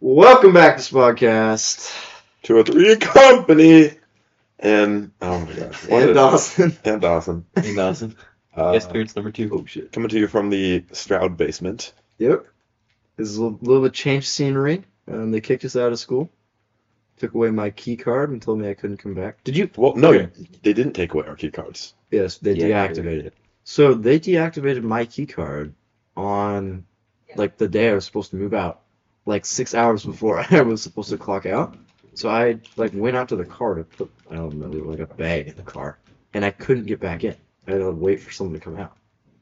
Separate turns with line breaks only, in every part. Welcome back to Spotcast.
Two or three company. And oh my gosh. what
And
is-
Dawson.
and Dawson.
Hey, Dawson.
Uh,
yes, sir, it's number two.
Oh shit.
Coming to you from the Stroud basement.
Yep. This is a little, little bit change scenery. Um, they kicked us out of school. Took away my key card and told me I couldn't come back. Did you?
Well, no,
Okay.
they didn't take away our key cards.
Yes, they
Yeah,
deactivated it. So they deactivated my key card on like the day I was supposed to move out, like six hours before I was supposed to clock out. So I like went out to the car to put I don't know like a bag in the car, and I couldn't get back in. I had to wait for someone to come out.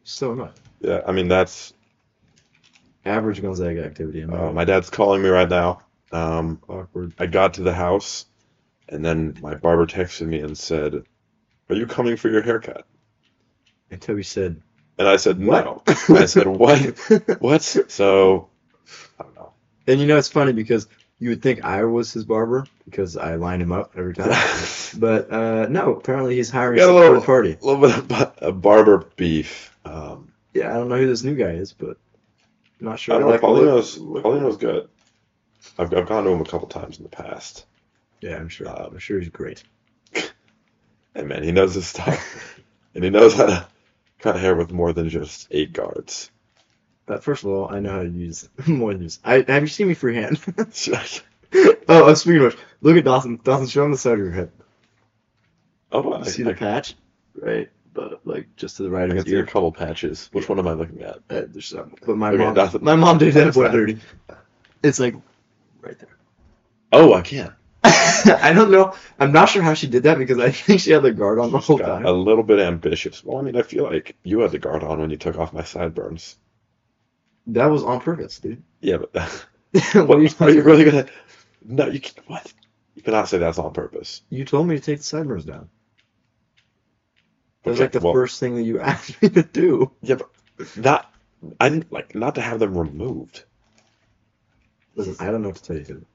So annoying.
Yeah, I mean that's
Average Gonzaga activity. In Oh, my
uh,
life.
my dad's calling me right now. Um,
awkward.
I got to the house, and then my barber texted me and said, "Are you coming for your haircut?"
And Toby said,
And I said, "No."
"What?"
I said, "What? What?" So I don't know.
and you know it's funny because you would think I was his barber because I line him up every time,
Got
but uh, no. Apparently he's hiring
a
some
little,
third party.
little bit of bu- a barber beef. Um,
Yeah, I don't know who this new guy is, but I'm not sure.
I don't know.
the look.
Paulino's Paulino's good. I've I've gone to him a couple times in the past,
Yeah, I'm sure.
Um,
I'm sure he's great.
and man, he knows his stuff, and he knows how to cut hair with more than just eight guards.
But first of all, I know how to use more than use. I have you seen me freehand? oh,
oh,
oh, speaking of which, look at Dawson. Dawson, show him the side of your head.
I,
You Oh, see
I,
the patch? Right, but like just to the right
I
of
can
his
see a
ear.
couple patches. Which one am I looking at?
Uh, there's some. But my
Okay,
mom,
Dawson.
my mom did that at
That's fine.
1:30. It's like right there.
Oh, I can't.
I don't know. I'm not sure how she did that because I think she had the guard on the whole
Got
time.
A little bit ambitious. Well, I mean, I feel like you had the guard on when you took off my sideburns.
That was on purpose, dude.
Yeah, but
What are you
what, are
talking
you really gonna? No, you can't. What? You cannot say that's on purpose.
You told me to take the sideburns down. That was
Okay,
like the
well,
first thing that you asked me to do.
Not, I didn't like not to have them removed.
Listen, I don't know what to tell you. dude.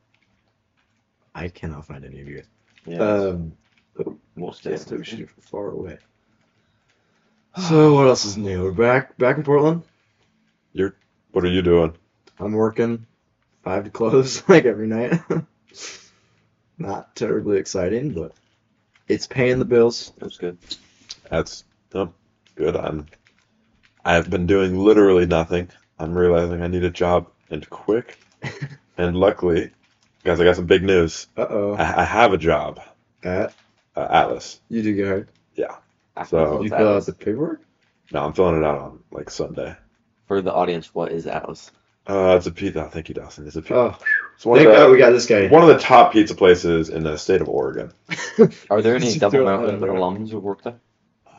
I cannot find any of you guys.
Yeah.
Uh,
Um,
We'll
yeah, so we should do it from far away. So what else is new? We're back back in Portland.
what are you doing?
I'm working five to close like every night. Not terribly exciting, but it's paying the bills.
That's good.
That's no, good. I'm. I've been doing literally nothing. I'm realizing I need a job and quick. and luckily, guys, I got some big news.
Uh oh.
I, I have a job.
At
Uh, Atlas.
you do get hired.
So Oh,
What's
you fill out
Atlas?
the paperwork.
no, I'm filling it out on like Sunday.
For the audience, what is Atlas?
Uh, it's a pizza. Thank you, Dawson. It's a pizza.
Oh,
it's one of,
thank God we
the,
got this guy.
one of the top pizza places in the state of Oregon.
Are there any
Just
Double
throw it out
Mountain
there.
alums who work there?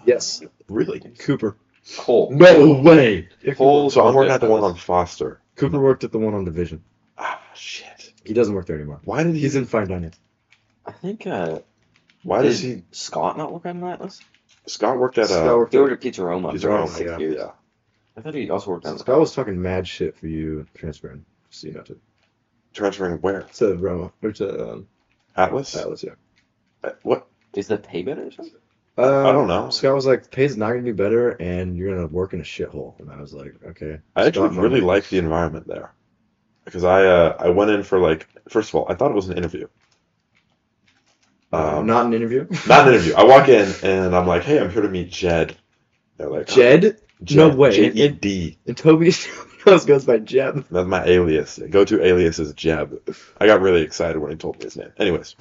Yes,
Really?
Cooper.
Cole.
No way.
Cole.
So I'm working at the one on Foster.
Cooper worked at the one on Division.
Ah, shit.
He doesn't work there anymore.
Why did he?
He's in fine dining.
I think, uh,
why does he?
Scott not work at an Atlas?
Scott worked at
Scott
a.
worked
He
there.
worked at Pizza Roma.
Pizza
for
Roma,
six
yeah.
years.
Yeah.
I thought he also worked at
Scott was talking mad shit for you transferring. So you know to,
Transferring where?
to Roma or to um,
Atlas.
Atlas. Yeah.
Uh, What?
Is the pay better or something?
Uh,
I don't know.
Scott was like, "Pay's not gonna be better, and you're gonna work in a shithole." And I was like, "Okay."
I actually
Scott Murray.
really like the environment there, because I uh, I went in for like first of all I thought it was an interview.
Uh,
Um,
not an interview.
not an interview. I walk in and I'm like, hey, I'm here to meet Jed. They're like,
Jed No way.
J E D.
and Toby always goes by Jeb.
That's my alias. Go to alias is Jeb. I got really excited when he told me his name. Anyways,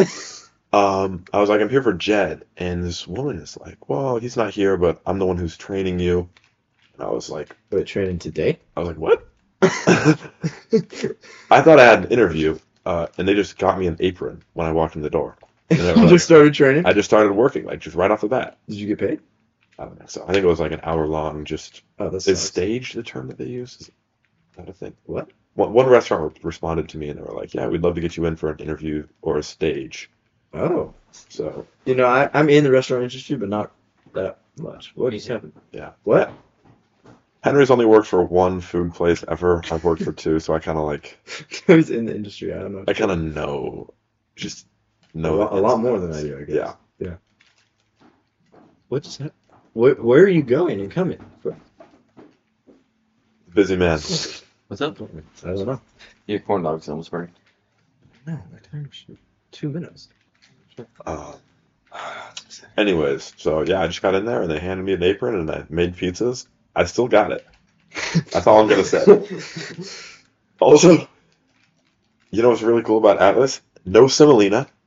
um, I was like, I'm here for Jed, and this woman is like, well, he's not here, but I'm the one who's training you. And I was like,
Wait, training today?
I was like, what? I thought I had an interview, uh, and they just got me an apron when I walked in the door. And they were
you
like-
just started training.
I just started working, like just right off the bat.
Did you get paid?
I don't know. So I think it was like an hour long. Just
Oh, that's
is stage the term that they use? Is that a thing?
What?
One, one restaurant re- responded to me, and they were like, "Yeah, we'd love to get you in for an interview or a stage."
Oh,
So
you know, I, I'm in the restaurant industry, but not that much. What just happened?
yeah,
What?
Henry's only worked for one food place ever. I've worked for two, so I kind of like
Toby's in the industry. I don't know.
I kind of know, just
a,
know
lot,
the
a
ins
lot
and
more than
outs.
I do, I guess.
Yeah.
Yeah. What just happened? Where, where are you going and coming from?
Busy man.
What's up?
I don't know.
Your corn dog's almost burning.
No, I timed two minutes.
Uh, anyways, so yeah, I just got in there and they handed me an apron and I made pizzas. I still got it. That's all I'm gonna say. Also, you know what's really cool about Atlas? No semolina.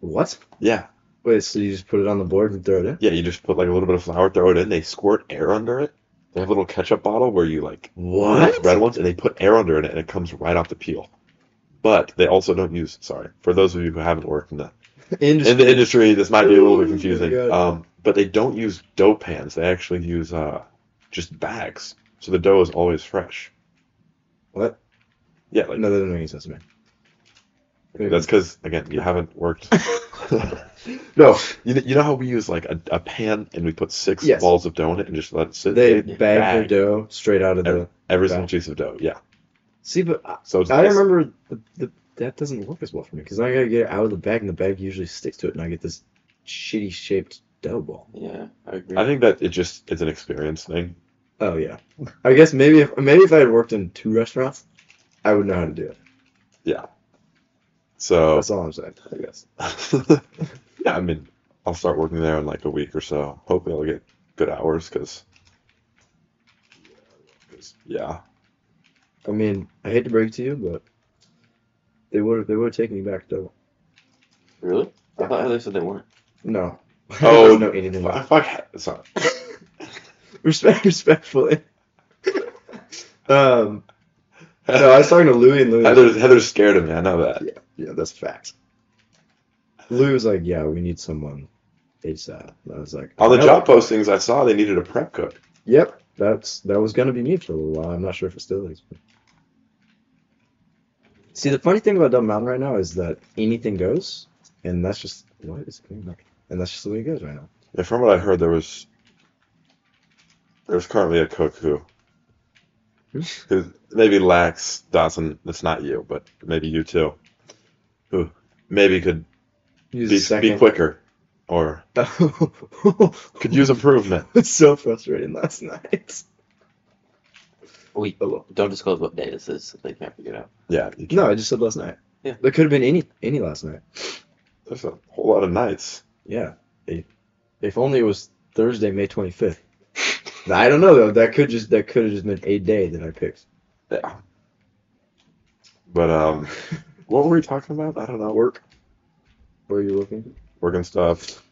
What?
Yeah,
Wait, so you just put it on the board and throw it in?
yeah. You just put like a little bit of flour, throw it in. They squirt air under it. They have a little ketchup bottle where you like
What?
red ones, and they put air under it, and it comes right off the peel. But they also don't use. Sorry, for those of you who haven't worked in the
Industry.
in the industry, this might be a little bit confusing.
Oh my God.
Um, but they don't use dough pans. They actually use uh, just bags, so the dough is always fresh.
What?
Yeah, like
No, that doesn't make any sense to me.
that's because again, you haven't worked. no, you, you know how we use like a, a pan and we put six
Yes.
balls of dough in it and just let it sit.
they
They
bag their dough straight out of the.
every single
back.
piece of dough. Yeah,
See, but I,
so it's
I
nice.
remember the, the, that doesn't work as well for me because I gotta get it out of the bag, and the bag usually sticks to it, and I get this shitty shaped dough ball.
Yeah, I agree.
I think that it just it's an experience thing.
Oh yeah, I guess maybe if maybe if I had worked in two restaurants, I would know how to do it.
So
That's all I'm saying. I guess.
yeah, I mean, I'll start working there in like a week or so. Hopefully, I'll get good hours because, yeah,
I mean, I hate to break it to you, but they would they would have taken me back double.
Really? I thought they said they weren't.
No.
Oh,
I don't know anything about
fuck, fuck, sorry.
it. Respect, respectfully. um, no, I was talking to Louie and Louie. was
Heather's, Heather's scared of me. I know that.
Yeah, yeah, that's facts. Lou was like, "Yeah, we need someone ASAP." And I was like,
On the
"Nope."
job postings, I saw they needed a prep cook.
Yep, that's that was gonna be me for a little while. I'm not sure if it still is. but- See, the funny thing about Dumb Mountain right now is that anything goes, and that's just what is going on, and that's just the way it goes right now.
Yeah, from what I heard, there was there's currently a cook who
Hmm?
who maybe lacks Dawson. That's not you, but maybe you too. Who maybe could
Use
be, be quicker or could use improvement.
was so frustrating last night.
We
Oh, well.
don't disclose what day this is, so they can't figure it out.
Yeah, you
No, I just said last night.
Yeah.
There could have been any any last night.
There's a whole lot of nights.
Yeah. If, if only it was Thursday, May 25th. I don't know though. That could just that could have just been a day that I picked.
Yeah. But um, what were we talking about? I don't know. Work,
Where are you looking?
working stuff.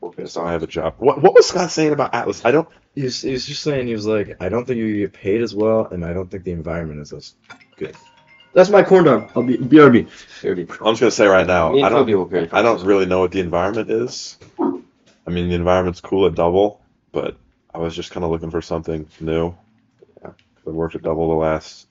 Working
Just I have a job. What What was Scott saying about Atlas? I don't.
He was, he was just saying he was like, I don't think you get paid as well, and I don't think the environment is as good. That's my corn dog. I'll be BRB.
Here it is.
I'm just gonna say right now.
Me and
I don't.
Toby will carry
I don't
photos.
really know what the environment is. I mean, the environment's cool at Double, but I was just kind of looking for something new.
Yeah.
I worked at Double the last.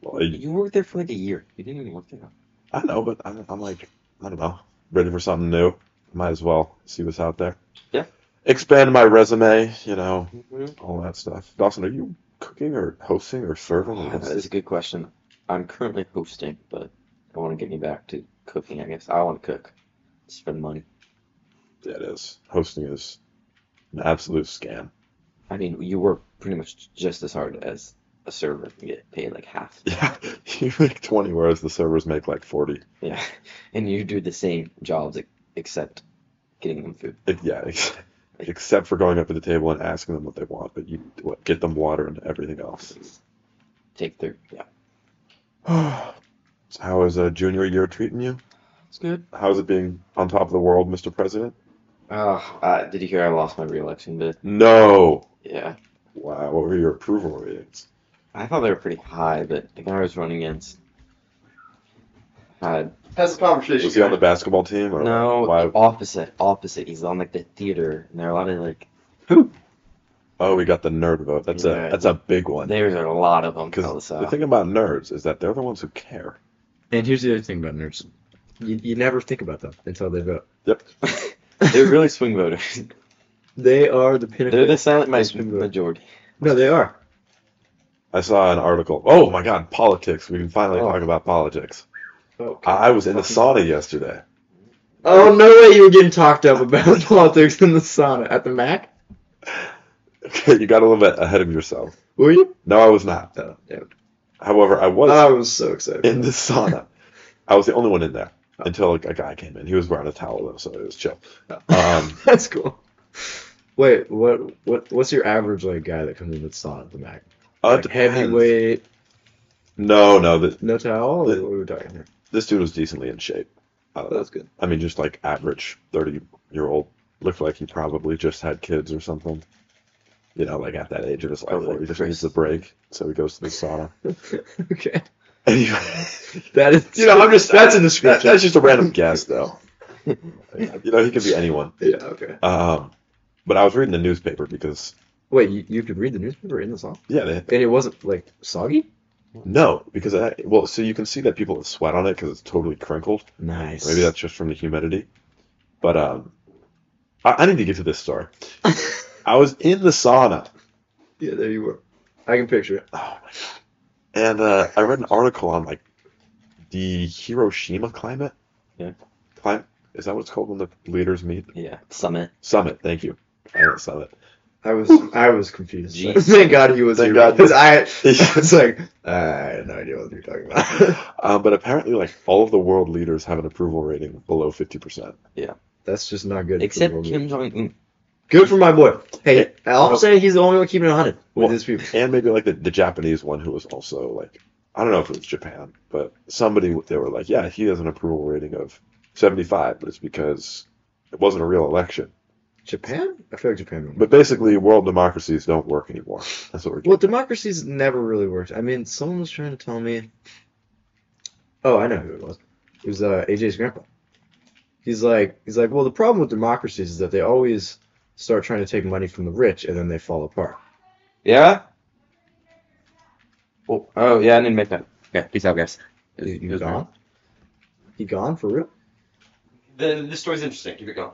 Well, I,
You worked there for like a year. You didn't even work there.
I know, but I'm, I'm like, I don't know, ready for something new. Might as well see what's out there.
Yeah.
Expand my resume. You know,
Mhm.
all that stuff. Dawson, are you cooking or hosting or serving? Or
Oh,
what's
that is a good question. I'm currently hosting, but I want to get me back to cooking. I guess I want to cook, spend money.
yeah, it is. Hosting is an absolute scam.
I mean, you work pretty much just as hard as a server and get paid like half.
Yeah, you make twenty, whereas the servers make like forty.
Yeah, and you do the same jobs ex- except getting them food.
It, yeah, ex- except for going up to the table and asking them what they want, but you what, get them water and everything else.
Take their yeah.
So how is uh, junior year treating you?
It's good.
How is it being on top of the world, Mr. President?
Uh, uh, did you hear I lost my reelection bid?
No.
Yeah,
Wow, what were your approval ratings?
I thought they were pretty high, but the guy I was running against had
That's a conversation.
Was he on the basketball team or
no
Why?
the opposite opposite. He's on like the theater, and there are a lot of like
Oh, we got the nerd vote. That's
Yeah.
a that's a big one.
there's a lot of them. Tell
Because
us
the
out.
thing about nerds is that they're the ones who care.
And here's the other thing about nerds. You, you never think about them until they vote.
Yep.
they're really swing voters.
They are the pinnacle.
they're the silent ma-
Swing vote.
majority.
No, they are.
I saw an article. Oh my God, politics. We can finally
Oh.
talk about politics.
Oh,
I was in the sauna yesterday.
Oh no way! You were getting talked up about politics in the sauna at the Mac.
Okay, you got a little bit ahead of yourself.
Were you? Ah,
No, I was not.
Oh, damn. Oh.
However, I was
I was so excited.
in the sauna. I was the only one in there
Oh.
until like, a guy came in. He was wearing a towel though, so it was chill. Um,
That's cool. Wait, what what what's your average like guy that comes in that's not at the Mac?
uh,
Like,
depends.
heavyweight,
No, no. This,
no towel. Or what are we talking here?
this dude was decently in shape. Uh,
That's good.
I mean, just like average 30 year old looked like he probably just had kids or something. You know, like at that age of his life,
Probably
where he just needs a
Chris.
break, so he goes to the sauna.
okay,
Anyway,
that is
you know, I'm just
that's a
that-
description.
that's just a random guess, though. you know, he could be anyone.
yeah, okay.
Um, but I was reading the newspaper because
Wait, you, you could read the newspaper in the song,
yeah, they,
and it wasn't like soggy.
no, because I well, so you can see that people sweat on it because it's totally crinkled.
Nice.
Maybe that's just from the humidity. But um, I, I need to get to this story. I was in the sauna
yeah, there you were. I can picture it.
Oh my god. And uh, I read an article on like the Hiroshima climate.
Yeah.
Clim- is that what it's called when the leaders meet?
Yeah, summit.
Summit. Thank you. Climate summit.
I was I was confused.
Jeez.
Thank God he was
Thank
here
God.
because I it's like I have no idea what you're talking about.
um, but apparently, like all of the world leaders have an approval rating below fifty percent.
That's just not good. for the
Except
world.
Kim Jong Un.
Good for my boy. Hey, all
Well-
I'm saying he's the only one keeping it hundred with
Well-
his people.
And maybe like the, the Japanese one who was also like I don't know if it was Japan, but somebody they were like, yeah, he has an approval rating of seventy five, but it's because it wasn't a real election.
Japan? I feel like Japan. would-
But basically, world democracies don't work anymore. That's what we're
Well, democracy's never really worked. I mean, someone was trying to tell me. Oh, I know who it was. It was uh, AJ's grandpa. He's like, he's like, well, the problem with democracies is that they always start trying to take money from the rich and then they fall apart.
Yeah? Oh, oh, yeah, I didn't make that. Yeah, peace out, guys. It was-
He
it was
gone? He gone for real?
The, the story's interesting. Keep it going.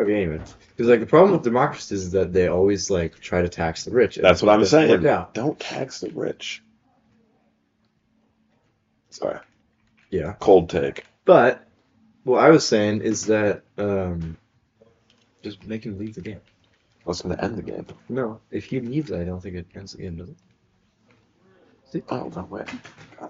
Okay, anyway, he's like, the problem with democracies is that they always like try to tax the rich. and
That's
it
what I'm
doesn't
saying.
work out.
Don't tax the rich. Sorry,
Yeah.
cold take.
But what I was saying is that um, just make him leave the game.
I was going to end the game.
No, if he leaves, I don't think it ends the game, does it?
Oh no way!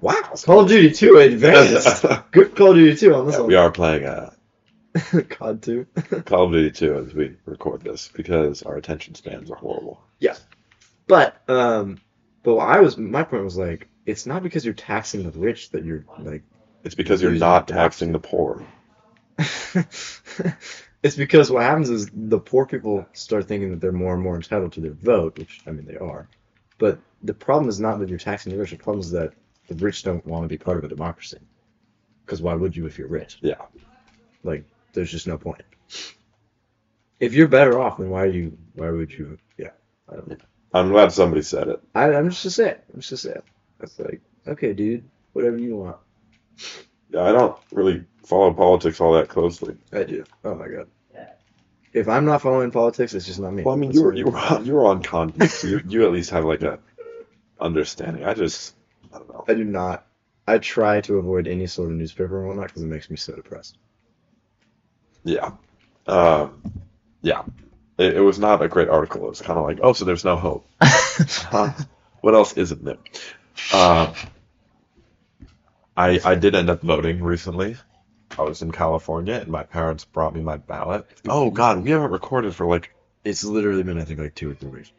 Wow, Call of Duty 2 advanced. Good Call of Duty 2 on this
we are playing uh,
one. COD 2.
Call of Duty 2 as we record this because our attention spans are horrible.
but um, but what I was my point was like it's not because you're taxing the rich that you're like.
It's because you're
Using
not
the
taxing the poor.
it's because what happens is the poor people start thinking that they're more and more entitled to their vote, which I mean they are. But the problem is not that you're taxing the rich. The problem is that the rich don't want to be part of a democracy. Because why would you if you're rich?
Yeah.
Like there's just no point. If you're better off, then why are you? Why would you? Yeah. I don't know.
I'm glad somebody said it.
I, I'm just upset. I'm just upset. That's like okay, dude. Whatever you want.
Yeah, I don't really follow politics all that closely.
I do. Oh my god. If I'm not following politics, it's just not me.
Well, I mean,
That's
you were
what it
you
is.
were on, you were on content, so you, you at least have like a understanding. I just I don't know.
I do not. I try to avoid any sort of newspaper and whatnot because it makes me so depressed.
Yeah. Um, yeah. It, it was not a great article. It was kind of like, oh, so there's no hope. Huh? What else isn't there? Uh, I I did end up voting recently. I was in California and my parents brought me my ballot. Oh God, we haven't recorded for like,
It's literally been, I think, like two or three weeks.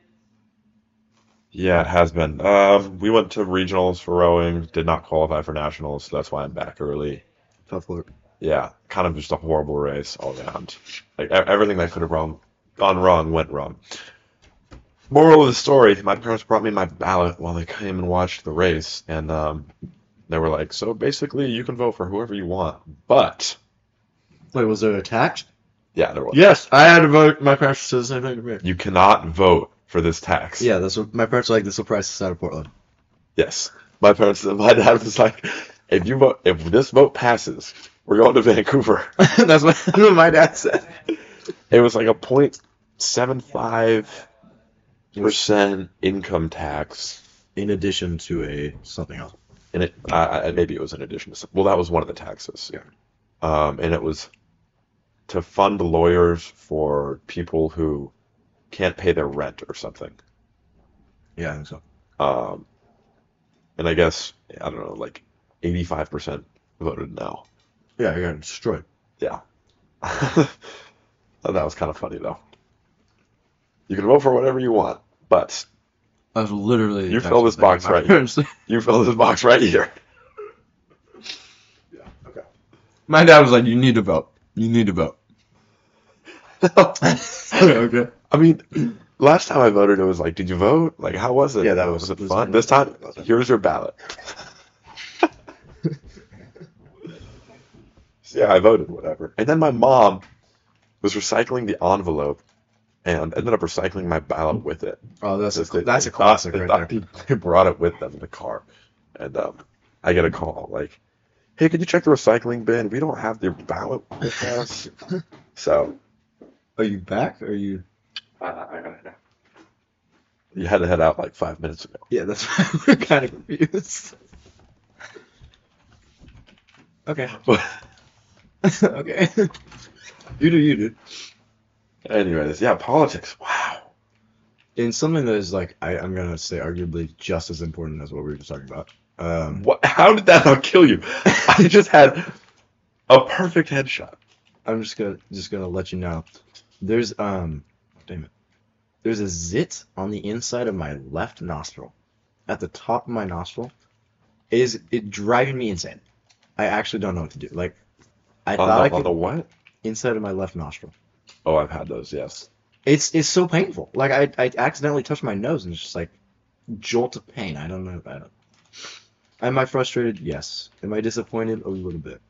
yeah, it has been. Um, we went to regionals for rowing, did not qualify for nationals, so that's why I'm back early.
Tough luck.
Yeah, kind of just a horrible race all around. Like e- everything that could have wrong gone wrong went wrong. Moral of the story: My parents brought me my ballot while they came and watched the race, and um, they were like, "So basically, you can vote for whoever you want." But
Wait, was there a tax?
yeah, there was.
Yes, I had to vote. My parents said the same thing to me.
You cannot vote for this tax.
Yeah, that's what my parents were like. This will price us out of Portland.
Yes. My parents, my dad was like, "If you vote, if this vote passes, we're going to Vancouver."
that's what my dad said.
It was like a point seven five percent income tax.
In addition to a something else.
and it I, I, maybe it was in addition to some, well that was one of the taxes
Yeah.
um and it was to fund lawyers for people who can't pay their rent or something
Yeah, I think so.
um and I guess I don't know like 85% voted no. Yeah, you're getting destroyed. Yeah. that was kind of funny though. You can vote for whatever you want, but
I was literally.
You filled this box right. you fill this box right here. Yeah. Okay.
My dad was like, "You need to vote. You need to vote." okay.
I mean, last time I voted, it was like, did you vote? Like, how was it?
Yeah, that
was,
was-
it
was
fun.
my-
This time, here's your ballot. So, yeah, I voted, whatever. And then my mom was recycling the envelope and ended up recycling my ballot with it.
Oh, that's a
They-
that's
they
a
thought-
classic
they
right
thought
there.
They brought it with them in the car, and um, I get a call like, "Hey, could you check the recycling bin? We don't have the ballot with us." so
Are you back? Are you?
I, I gotta know.
you had to head out like five minutes ago.
Yeah, that's why we're kind of confused. Okay. okay.
you do, you do. Anyways, yeah, politics. Wow.
In something that is like, I, I'm gonna say arguably just as important as what we were just talking about. Um,
What? How did that not kill you? I just had a perfect headshot.
I'm just gonna just gonna let you know. There's um, damn it. There's a zit on the inside of my left nostril, at the top of my nostril. It is it driving me insane? I actually don't know what to do. Like, I
on,
thought
the,
I
on
could
the what?
inside of my left nostril.
Oh, I've had those. Yes.
It's it's so painful. Like I I accidentally touched my nose and it's just like jolt of pain. I don't know about it. Am I frustrated? Yes. Am I disappointed? A little bit.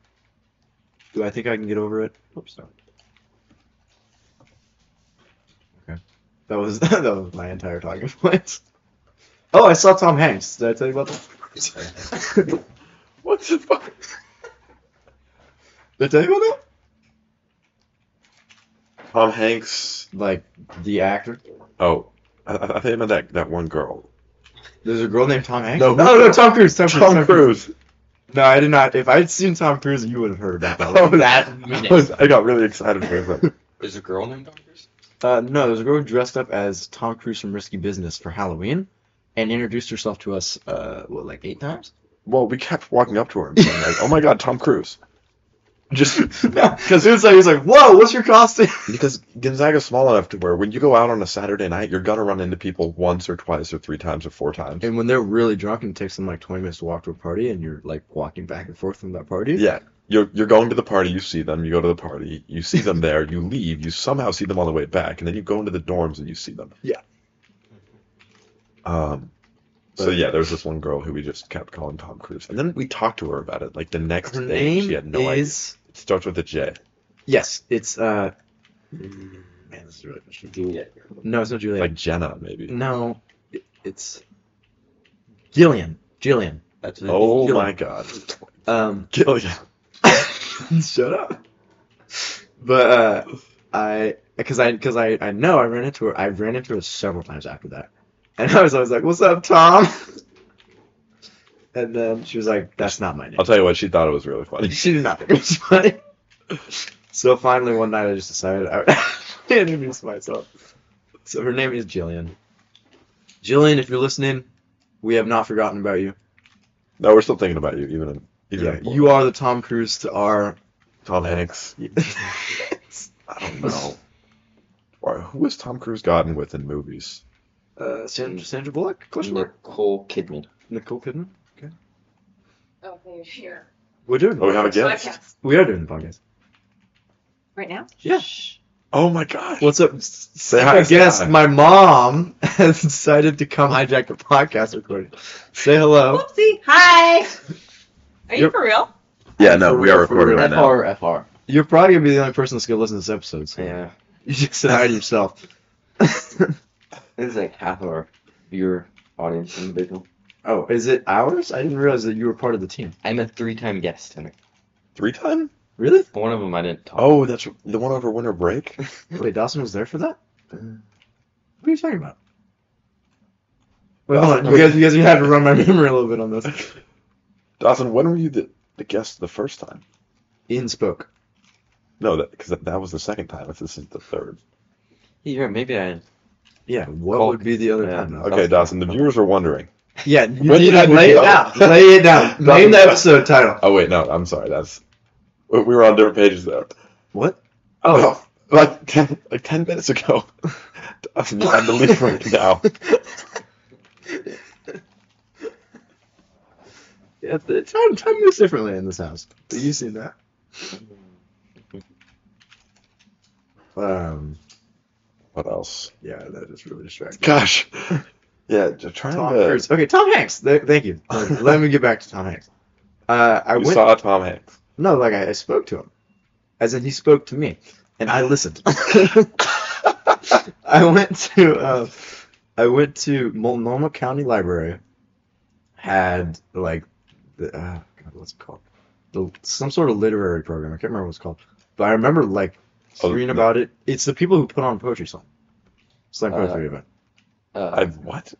Do I think I can get over it? Oops, no. Okay. That was that was my entire talking point. Oh, I saw Tom Hanks. Did I tell you about that?
What the fuck?
Did I tell you about that?
Tom Hanks.
Like the actor.
Oh, I, I I think I meant that that one girl.
There's a girl named Tom Hanks.
No, who-
no, no, Tom Cruise. Tom, Cruise,
Tom Cruise.
No, I did not. If I had seen Tom Cruise, you would have heard about that.
Oh, that
minute.
was, I got really excited for him.
There's a girl named Donkers?
Uh, no, there's a girl dressed up as Tom Cruise from Risky Business for Halloween, and introduced herself to us. Uh, what, like eight times?
Well, we kept walking up to her and being like, "Oh my God, Tom Cruise!" Just
Because he was like, he was like, "Whoa, what's your costume?"
because Gonzaga's small enough to where when you go out on a Saturday night, you're gonna run into people once or twice or three times or four times.
And when they're really drunk, and it takes them like 20 minutes to walk to a party, and you're like walking back and forth from that party.
Yeah, you're you're going to the party, you see them, you go to the party, you see them there, you leave, you somehow see them on the way back, and then you go into the dorms and you see them.
Yeah.
Um, so
But-
yeah, there's this one girl who we just kept calling Tom Cruise, and then we talked to her about it like the next
Her
day. and
name
She had no idea.
is
It starts with a J.
yes, it's uh,
Mm,
man, this is really frustrating.
Juliet.
No, it's not Julia.
Like Jenna, maybe.
no, it- it's Gillian. Gillian.
That's it.
Oh
Gillian.
my God,
Um,
Gillian.
Shut up. But uh, I, because I, because I, I know I ran into her. I ran into her several times after that, and I was always like, "What's up, Tom?" And then she was like, "That's not my name."
I'll tell you what, she thought it was really funny.
She did not think it was funny. So finally, one night, I just decided I would introduce myself. So her name is Jillian. Jillian, if you're listening, we have not forgotten about you.
No, we're still thinking about you, even in, even
Yeah,
in
you are the Tom Cruise to our.
Tom Hanks. I don't know. Or who has Tom Cruise gotten with in movies?
Uh, Sandra, Sandra Bullock? Question mark.
Nicole Kidman.
Nicole Kidman.
Okay, here.
We're doing.
Oh, we have a guest.
Podcast
We are doing the podcast.
right now.
Yeah.
Oh my gosh.
What's up?
Say hi,
I
say
guess
hi.
my mom has decided to come hijack the podcast recording. Say hello.
Whoopsie. Hi. Are you
Yep.
for real?
Yeah, no, we are
For real,
recording right now.
FR, FR.
You're probably gonna be the only person that's gonna listen to this episode. So
Yeah.
You just said hi to yourself.
This is like half of our viewer audience individual.
oh, is it ours? I didn't realize that you were part of the team.
I'm a three time guest in it.
Three time?
Really?
One of them I didn't talk.
Oh, that's the one over winter break.
Wait, Dawson was there for that? What
Mm.
are you talking about? Wait, hold on. You guys, you guys, you had to run my memory a little bit on this.
Dawson, when were you the, the guest the first time?
Ian spoke.
No, that because that, that was the second time. If this is the third.
Yeah, maybe I.
Yeah. What
Call-
would be the other
Yeah.
time? though?
Okay, Dawson. The viewers are wondering.
Yeah, you
When
need
did
to
I
lay it
become-
down. Lay it down. Name the episode title.
Oh wait, no, I'm sorry. That's we we were on different pages there.
What?
Oh, like ten, like ten minutes ago. I'm, I'm delivering now.
Yeah, the time time moves differently in this house. Have you seen that? Um.
What else?
Yeah, that is really distracting.
Gosh, yeah, j- trying
Tom
to.
Cruise. Okay, Tom Hanks. Th- thank you. Let let me get back to Tom Hanks. Uh, I
You
went.
saw Tom Hanks.
No, like I, I spoke to him, as in he spoke to me, and I listened. I went to uh, I went to Multnomah County Library. Had like the uh, God, what's it called? The, some sort of literary program. I can't remember what it's called, but I remember like
Oh,
hearing
no.
about it. It's the people who put on poetry slam, slam
Uh,
poetry event.
I
Uh,
what?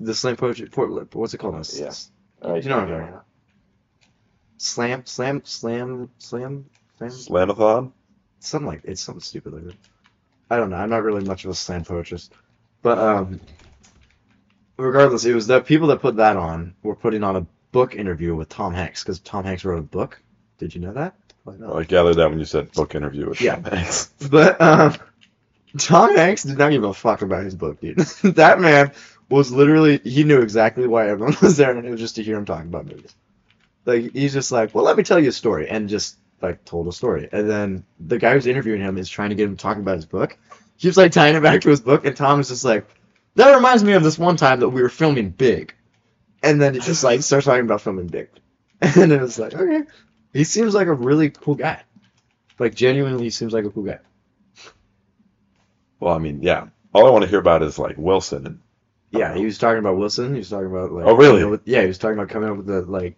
The slam poetry. Port, what's it called?
Yeah.
S-
all right,
You know what I'm talking about. Slam, slam, slam, slam, slam.
Slamathon?
something like it's something stupid like that. I don't know. I'm not really much of a slam poetist, but um, regardless, it was the people that put that on were putting on a book interview with Tom Hanks because Tom Hanks wrote a book. Did you know that? Probably not.
Well, Oh, I gathered that when you said book interview with
Yeah.
Tom Hanks.
But um, Tom Hanks did not give a fuck about his book, dude. that man was literally he knew exactly why everyone was there, and it was just to hear him talk about movies. Like he's just like, well, let me tell you a story, and just like told a story, and then the guy who's interviewing him is trying to get him talking about his book. He was like tying it back to his book, and Tom is just like, that reminds me of this one time that we were filming Big, and then he just like starts talking about filming Big, and it was like, okay, he seems like a really cool guy. Like genuinely seems like a cool guy.
Well, I mean, yeah. All I want to hear about is like Wilson. And,
Yeah, he was talking about Wilson. He was talking about like.
Oh, really?
you know, yeah, he was talking about coming up with the like,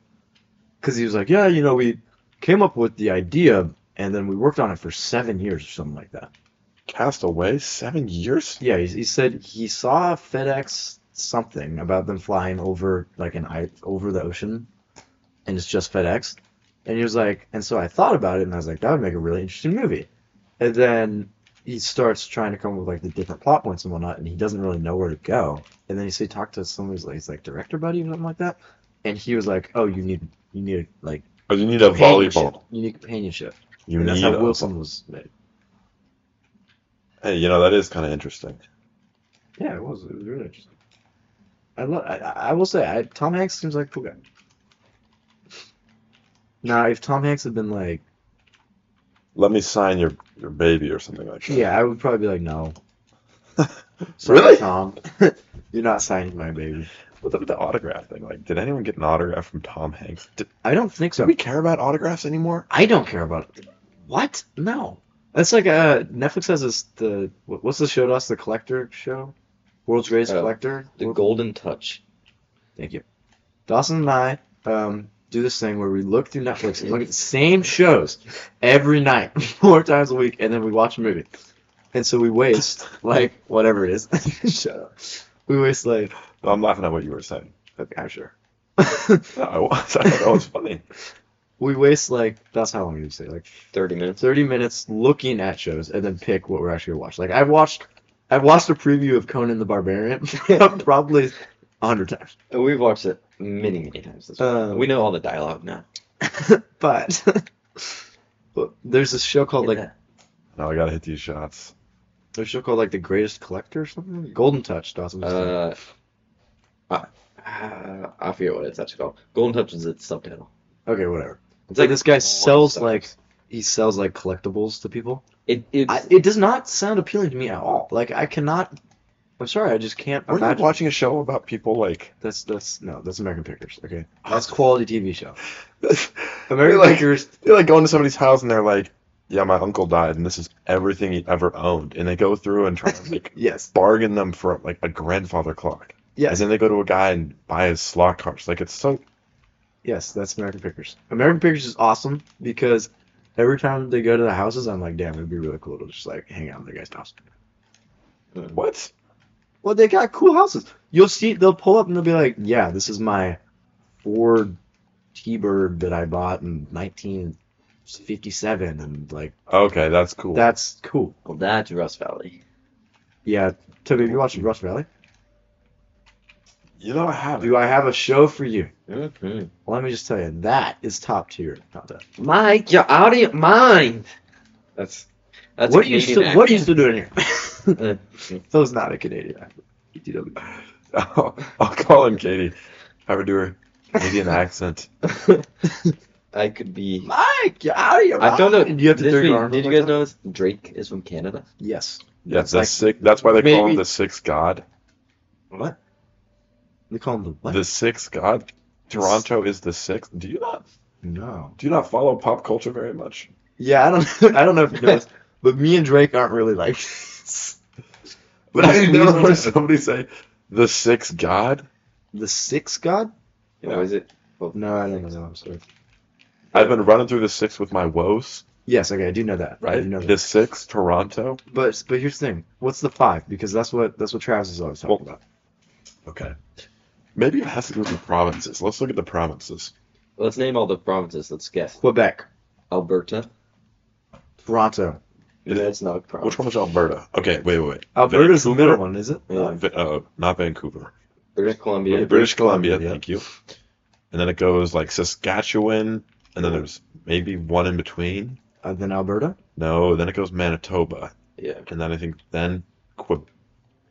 because he was like, yeah, you know, we came up with the idea and then we worked on it for seven years or something like that.
Cast away seven years?
Yeah, he, he said he saw FedEx something about them flying over like an i over the ocean, and it's just FedEx, and he was like, and so I thought about it and I was like, that would make a really interesting movie, and then he starts trying to come up with like the different plot points and whatnot, and he doesn't really know where to go, and then he said he talked to somebody's like his like director buddy or something like that, and he was like, oh, you need you need like
Oh, you need a
companionship.
volleyball.
you need companionship,
You
and
need
that's how
a-
Wilson was made.
Hey, you know that is kind of interesting.
Yeah, it was. It was really interesting. I love. I, I will say, I, Tom Hanks seems like a cool guy. Now, if Tom Hanks had been like,
Let me sign your your baby or something like that.
yeah, I would probably be like, no.
Really?
Tom? You're not signing my baby.
What's up with the autograph thing? Like, did anyone get an autograph from Tom Hanks? Did,
I don't think
do
so.
we care about autographs anymore?
I don't care about it. What? No. That's like uh Netflix has this the what- what's the show to us the collector show, world's greatest
Oh,
Uh,
collector.
the
World-
golden touch.
Thank you. Dawson and I um, do this thing where we look through Netflix and look at the same shows every night, four times a week, and then we watch a movie. And so we waste like whatever it is. Shut up. We waste like
No, I'm laughing at what you were saying.
okay, I'm sure.
No, I was. I thought that was funny.
we waste like that's how long you say like
30 minutes.
30 minutes looking at shows and then pick what we're actually gonna watch. Like I've watched I've watched a preview of Conan the Barbarian probably a hundred times.
Uh, We've watched it many, many times. This
Um,
we know all the dialogue now.
but, but there's this show called oh, like
Yeah.
No, I gotta hit these shots.
There's a show called like The Greatest Collector or something. Golden Touch, Dawson. just said.
Uh, I, uh, I forget what it's actually called. Golden Touch is its subtitle.
okay, whatever. It's
like
like this guy
all
sells
stuff.
like he sells like collectibles to people.
It, it's,
I, it does not sound appealing to me at all. Like I cannot. I'm sorry, I just can't
We're not
imagine.
watching a show about people like.
That's that's no, that's American Pictures. Okay, that's quality TV show.
They're
American
like,
Pictures.
they're like going to somebody's house and they're like, "Yeah, my uncle died, and this is everything he ever owned." And they go through and try to like
Yes.
bargain them for like a grandfather clock. And
Yes.
then they go to a guy and buy his slot cars. Like it's so.
Yes. That's American Pictures. American Pictures is awesome because every time they go to the houses, I'm like, damn, it'd be really cool to just like hang out in the guy's house.
What?
Well, they got cool houses. You'll see, they'll pull up and they'll be like, "Yeah, this is my Ford T-Bird that I bought in 1957," and like,
Okay, that's cool.
that's cool.
well, that's Rust Valley.
Yeah, Toby, have you watched Rust Valley?
You know I have
Do I have a show for you?
Mm-hmm.
Let me just tell you, that is top tier content.
Mike, you're out of your mind. That's that's
what
a
are you
Canadian
still What are you
accent.
still doing here? that was not a Canadian accent. ETW.
I'll, I'll call in Katie. Have her do her Canadian accent.
I could be.
Mike, get out of here.
I found out.
Mike. You have to
this
do
week,
your arm
Did you
like
guys
that?
notice Drake is from Canada?
Yes.
Yes,
Like-
that's sick. That's why they call
Maybe-
him the sixth god.
What? They call him the what?
The sixth god. Toronto is the sixth. Do you not
No.
do you not follow pop culture very much?
Yeah, I don't. I don't know if you know this, but me and Drake aren't really like.
But I
No.
never heard somebody say the sixth god.
The sixth god?
Or was it?
No, I don't know. I'm sorry.
I've been running through the six with my woes,
Yes, okay, I do know that. I
right?
do know
The
that.
six, Toronto.
But but here's the thing. What's the five? Because that's what that's what Travis is always talking
Well-
about.
Okay. Maybe it has to do with the provinces. Let's look at the provinces.
Let's name all the provinces. Let's guess.
Quebec,
Alberta.
Toronto,
Is-
That's not a province.
Which one was Alberta? Okay, wait, wait, wait.
Alberta's the middle
Vancouver?
one, is it?
Yeah.
Va- uh, not Vancouver.
British Columbia.
British Columbia,
Columbia, yeah.
thank you. And then it goes like Saskatchewan, and then there's maybe one in between.
Uh, then Alberta,
No, then it goes Manitoba,
Yeah.
and then I think then Quebec.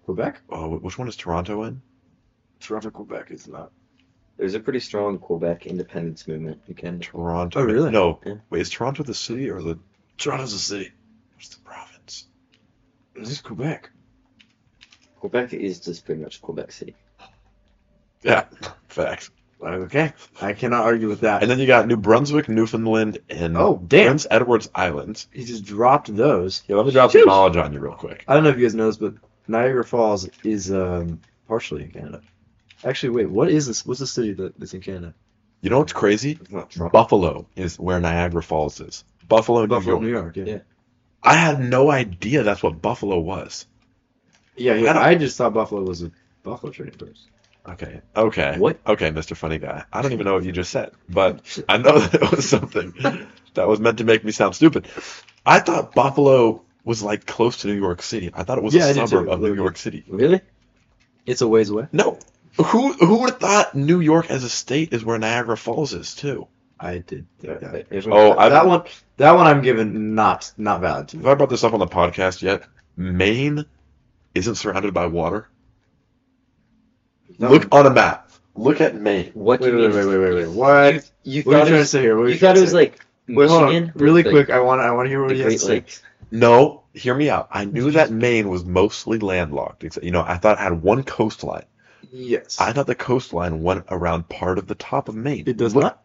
Quebec,
Oh, which one is Toronto in?
Toronto, Quebec is not.
There's a pretty strong Quebec independence movement in Canada.
Toronto.
Oh, really?
No.
Yeah.
Wait, is Toronto the city or the?
Toronto's a city.
What's the province?
This is Quebec.
Quebec is just pretty much Quebec City.
Yeah, facts.
Okay, I cannot argue with that.
And then you got New Brunswick, Newfoundland, and
Oh damn!
Prince Edward's Island.
He just dropped those.
Yeah, let me drop some
Shoot.
knowledge on you real quick.
I don't know if you guys know this, but Niagara Falls is um, partially in Canada. Actually, wait, what is this? What's the city that, that's in Canada?
You know what's crazy?
It's not Toronto.
Buffalo is where Niagara Falls is. Buffalo, New
Buffalo,
York.
New York. Yeah,
Yeah.
yeah,
I had no idea that's what Buffalo was.
yeah.
I don't-
I just thought Buffalo was a Buffalo trading post.
Okay. Okay.
What?
Okay, Mr. Funny Guy. I don't even know what you just said, but I know that it was something that was meant to make me sound stupid. I thought Buffalo was like close to New York City. I thought it was
Yeah, I
a
did too,
suburb
a
of New
little bit.
York City.
Really?
It's a ways away.
No. Who who would have thought New York as a state is where Niagara Falls is too?
I did. think that.
Oh, I-
that one, that one, I'm giving not not valid. To
Have I brought this up on the podcast yet? Maine isn't surrounded by water.
No.
Look on a map. Look at Maine.
What do
Wait,
you
wait, wait,
mean?
wait, wait, wait. What?
You, you
what are you
thought it
trying to
was,
say here? What are
you thought it
trying
was
to
like
say? Wait, hold on,
Michigan
really
with,
quick. I want, I want to hear
like,
what
the
he has
Great
to say.
Lakes.
No, hear me out. I knew that Maine was mostly landlocked. Except, you know, I thought it had one coastline.
Yes,
I thought the coastline went around part of the top of Maine.
it does
Look-
not.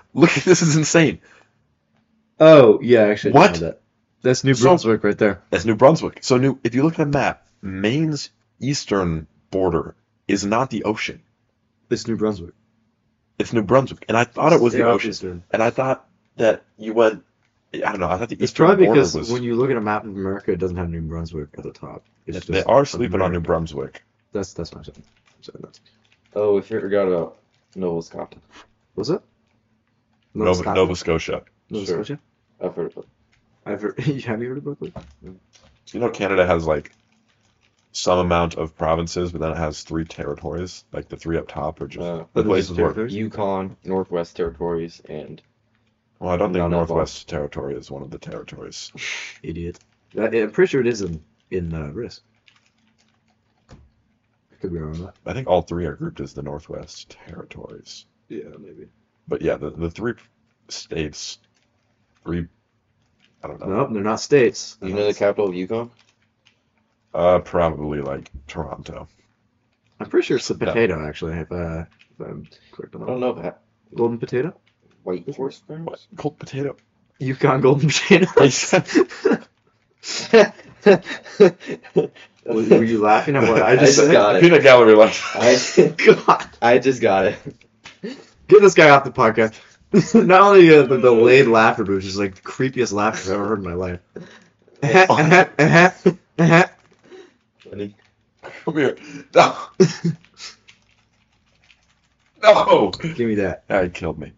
Look, this is insane.
Oh, yeah, actually, I
What?
didn't know that. That's New
So-
Brunswick right there.
That's New Brunswick. So, New, if you look at a map, Maine's eastern border is not the ocean.
It's New Brunswick.
It's New Brunswick, and I thought it was the
Yeah,
ocean.
Eastern.
And I thought that you went. I don't know. I thought the
It's
eastern
probably
border
because
was.
when you look at a map of America, it doesn't have New Brunswick at the top. It's
they
just
are sleeping on
America.
New Brunswick.
That's that's what I'm saying. I'm saying that's-
Oh, we forgot about Nova Scotia.
was it?
Nova, Nova,
Scotia.
Scotia.
Nova
sure.
Scotia?
I've heard of
uh,
it.
I've heard, have you heard of Berkeley?
You know, Canada has like some amount of provinces, but then it has three territories. Like the three up top are just the
Uh,
Are they just
places where.
territories?
Yukon, Northwest Territories, and
Well, I don't think
None of them.
Northwest Territory is one of the territories.
Idiot. That, I'm pretty sure it is in in uh, Risk. I could be wrong on that.
I think all three are grouped as the Northwest Territories.
Yeah, maybe.
But yeah, the, the three states, three, I don't know,
No, they're not states.
you know the capital of Yukon?
uh, probably like Toronto.
I'm pretty sure it's a potato, actually, if, uh, if I'm correct
I
on
don't
that.
know that.
Oh.
Golden potato?
White Horse Farms?
What? Cold potato.
Yukon golden potato.
I said-
were, were you laughing at what I
I
just
just
said?
got it.
Peanut gallery left.
Uh, I,
God,
I just got it.
get this guy off the podcast. Not only the, the delayed laughter, but it's just like the creepiest laughter I've ever heard in my life. Uh-huh, uh-huh, uh-huh, uh-huh.
Funny.
Come here. No. No.
Give me that.
That killed me.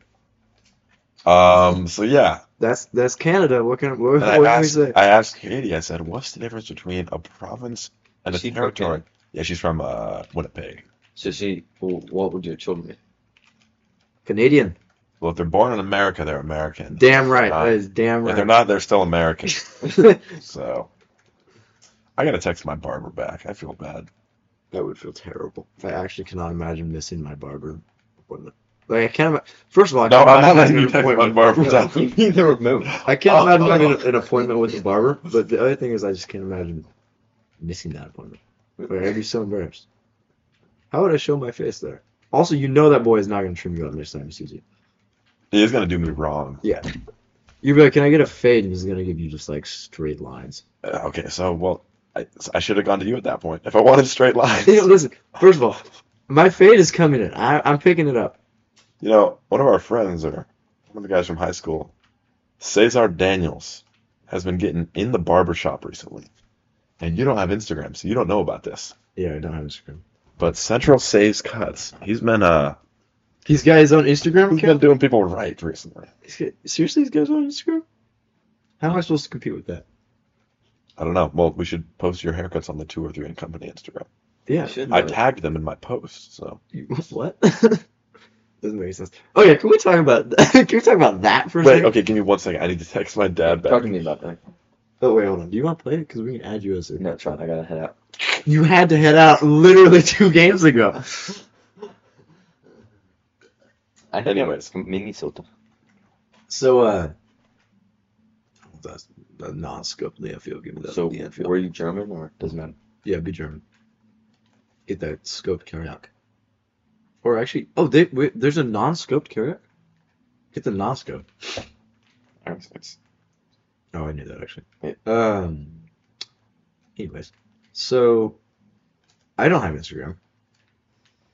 Um. So yeah,
That's that's Canada. What can what,
and
what
I
can we
asked,
say?
I asked Katie. I said, "What's the difference between a province and a
She's from
territory?" Yeah, she's from uh, Winnipeg.
So she, well, what would your children be?
Canadian.
Well, if they're born in America, they're American.
Damn right.
Uh,
that is damn
If
right.
they're not, they're still American.
not.
So I gotta text my barber back. I feel bad.
that would feel terrible. I actually cannot imagine missing my barber appointment. Like I can't. ima- First of all, I
No,
can't
I'm not
imagine
letting you
an
text my
appointment-
barber
Yeah.
back.
the remote.
I can't
Oh.
imagine having an- an appointment with a barber, but the other thing is I just can't imagine missing that appointment. Like, I'd be so embarrassed. How would I show my face there? Also, you know that boy is not going to trim you up next time he sees you.
He's gonna do me wrong.
You'd be like, can I get a fade? And he's going to give you just like straight lines.
Uh, Okay, so well, I, I should have gone to you at that point if I wanted straight lines.
Hey, listen, first of all, my fade is coming in. I, I'm picking it up.
You know, one of our friends, or one of the guys from high school, Cesar Daniels, has been getting in the barber shop recently. And you don't have Instagram, so you don't know about this.
Yeah, I don't have Instagram.
But Central Saves Cuts, he's been uh
He's got his own Instagram
he's been
account?
doing people right recently.
He's got- Seriously, he's got his own Instagram? How am I supposed to compete with that?
I don't know. Well, we should post your haircuts on the two or three and company Instagram.
Yeah.
Should
I
know.
tagged them in my post, so
You- What? Doesn't make sense. Okay, can we talk about can we talk about that for a
wait,
second?
okay, give me one second. I need to text my dad
Talk
back.
to me about that.
Oh wait, hold on. Do you want to play it? Because we can add you as a.
No, it's fine. I gotta head out.
You had to head out literally two games ago.
I think
Anyways.
I'm mini soda.
So uh. That's a non-scope in the infield. Give me that.
So
in the infield.
were you German or doesn't matter?
Yeah, be German. Get that scoped carryout. Or actually, oh, they, wait, there's a non-scoped carryout. Get the non-scope.
I was like,
Oh, I knew that actually.
Yeah.
Um. Anyways, so I don't have Instagram.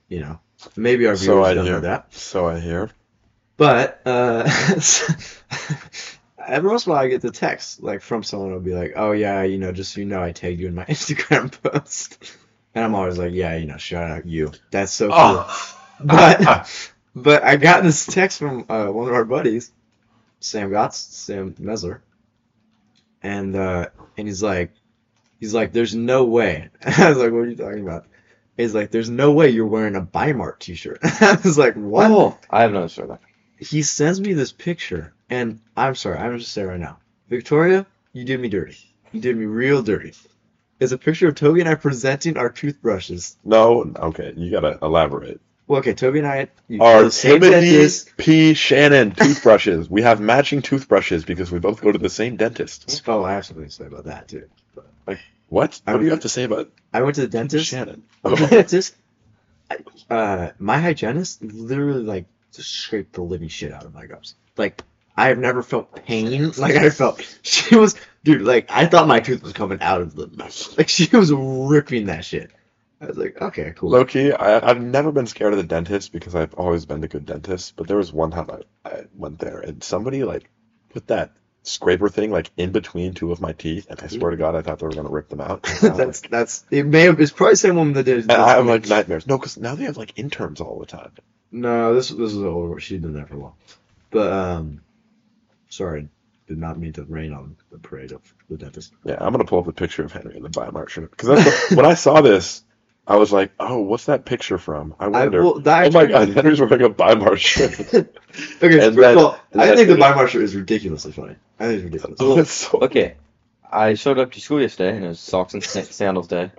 You know, maybe our viewers
So I
don't
hear
know that,
So I hear.
but uh, every once in a while I get the text like from someone who'll be like, "Oh yeah, you know, just so you know, I tagged you in my Instagram post," and I'm always like, "Yeah, you know, shout out you. That's so cool."
Oh. Ah!
but but I got this text from uh, one of our buddies, Sam Gotts, Sam Mesler, and uh, and he's like, he's like, there's no way. I was like, what are you talking about? He's like, there's no way you're wearing a Bimart t-shirt. I was like, what?
Oh, I have another story. about that.
He sends me this picture, and I'm sorry, I'm just saying right now, Victoria, you did me dirty. You did me real dirty. It's a picture of Toby and I presenting our toothbrushes.
No, okay, you gotta elaborate.
Well, okay, Toby and I you
Our
the same
Timothy
dentist.
P. Shannon toothbrushes. we have matching toothbrushes because we both go to the same dentist.
Oh, I have something to say about that too.
What?
I
What do
would-
you have to say about
I went to the
dentist?
dentist.
Shannon?
The
Oh,
dentist. I- Uh, my hygienist literally like just scraped the living shit out of my gums. Like I have never felt pain like I felt. She was, dude. Like I thought my tooth was coming out of the mouth. Like she was ripping that shit. I was like, okay, cool.
low key, I, I've never been scared of the dentist because I've always been to good dentists. But there was one time I, I went there and somebody like put that scraper thing like in between two of my teeth, and I swear to God, I thought they were gonna rip them out.
that's that's it. May have it's probably the same woman that did.
and I have Uh, like nightmares. No, because now they have like interns all the time.
No, this this is an older. She's been there for a while. But um, sorry, did not mean to rain on the parade of the dentist.
Yeah, I'm gonna pull up the picture of Henry in the Bimart shirt because that's the, when I saw this, I was like, "Oh, what's that picture from?" I
I,
wonder.
well, that
oh my God, Henry's wearing a Bimart shirt.
okay, first of
then-
all,
and
I
then-
think the Weimar shirt is ridiculously funny. I think it's ridiculous.
oh, that's so.
Okay, I showed up to school yesterday and it was socks and sa- sandals day.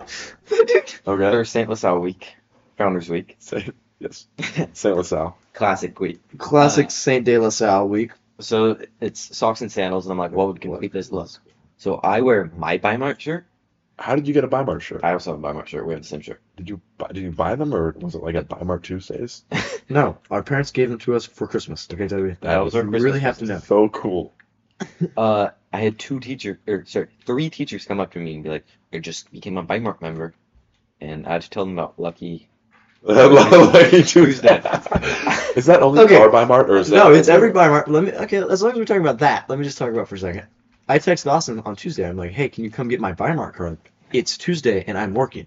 Okay.
Or St. LaSalle week, Founders Week,
Say, yes. Saint LaSalle.
classic week.
Classic
Uh,
Saint De La Salle week.
So it's socks and sandals, and I'm like, what would complete this look? So I wear my Bimart shirt.
How did you get a Bimart shirt?
I also have a Bimart shirt. We have the same shirt.
Did you buy, did you buy them or was it like at Bimart Tuesdays?
No, our parents gave them to us for Christmas. Okay, Toby.
That was our
You
Christmas
really have to know.
So cool.
Uh, I had two teacher, or sorry, three teachers come up to me and be like, "You just became a Bimart member," and I had to tell them about Lucky.
Lucky Tuesday.
Tuesday.
Is that only
Okay.
our Bimart or is that
No, it's every Weimar. Let me. Okay, as long as we're talking about that, let me just talk about for a second. I texted Austin on Tuesday. I'm like, hey, can you come get my Weimar card? It's Tuesday and I'm working.